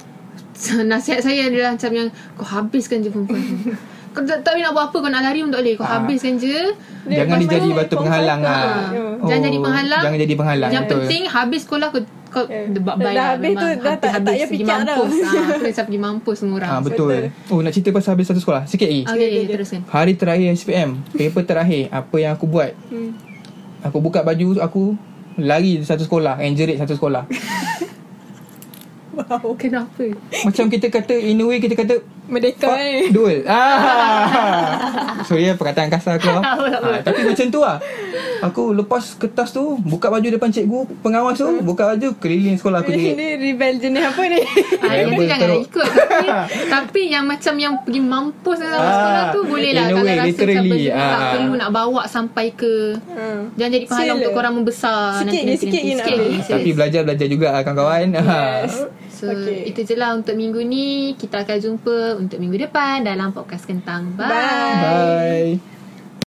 S1: so, nasihat saya adalah macam yang kau habiskan je perempuan tu. Kau tak, tak boleh nak buat apa Kau nak lari pun tak boleh Kau
S3: Ah.
S1: habiskan je
S2: Dia
S3: Jangan
S2: pasal
S3: dijadi
S2: dia
S3: batu penghalang
S2: confront
S3: ah.
S1: tu. Jangan jadi penghalang.
S3: Jangan jadi penghalang
S1: Yang
S3: betul.
S1: penting Habis sekolah kau kau
S2: Eh,
S1: debak
S2: dah
S1: baik lah
S2: habis tu,
S1: memang.
S2: dah tak-
S1: Habis-
S2: tak payah
S1: habis, pergi
S2: fikir dah.
S1: mampus ah, Aku dah macam pergi mampus semua orang
S3: Ah betul. Oh nak cerita pasal habis satu sekolah. Sikit lagi.
S1: Okay, okay teruskan
S3: Hari terakhir SPM, paper terakhir, apa yang aku buat?
S2: Hmm.
S3: Aku buka baju aku lari satu sekolah, enjerit satu sekolah.
S2: Wow
S1: Kenapa?
S3: Macam kita kata in a way kita kata
S2: Merdeka eh. ni
S3: duel. Ah. Sorry ya perkataan kasar aku.
S1: Tak apa, tak apa.
S3: Ah, tapi macam tu lah. Aku lepas kertas tu, buka baju depan cikgu, pengawas tu, buka baju keliling sekolah aku jerit.
S2: Ini rebel jenis apa ni
S1: Ah, yang tu
S3: Memang
S1: jangan
S3: teruk.
S1: ikut tapi, tapi yang macam yang pergi mampus dalam
S3: Ah,
S1: sekolah tu Boleh lah
S3: in a
S1: Kalau
S3: way,
S1: rasa macam
S3: literally.
S1: benda tu tak
S3: Ah.
S1: perlu nak bawa sampai ke
S2: Ha.
S1: Jangan jadi penghalang
S2: Sila.
S1: untuk korang membesar
S2: Sikit je,
S1: nanti-nanti,
S2: sikit je
S1: nanti.
S2: nak
S1: Sikit
S2: habis.
S1: je,
S3: Tapi
S1: serious.
S3: belajar-belajar juga lah kawan-kawan.
S2: Yes.
S3: Yes.
S1: So okay.
S2: Okey.
S1: itu je lah untuk minggu ni Kita akan jumpa untuk minggu depan Dalam podcast Kentang Bye,
S2: Bye.
S3: Bye.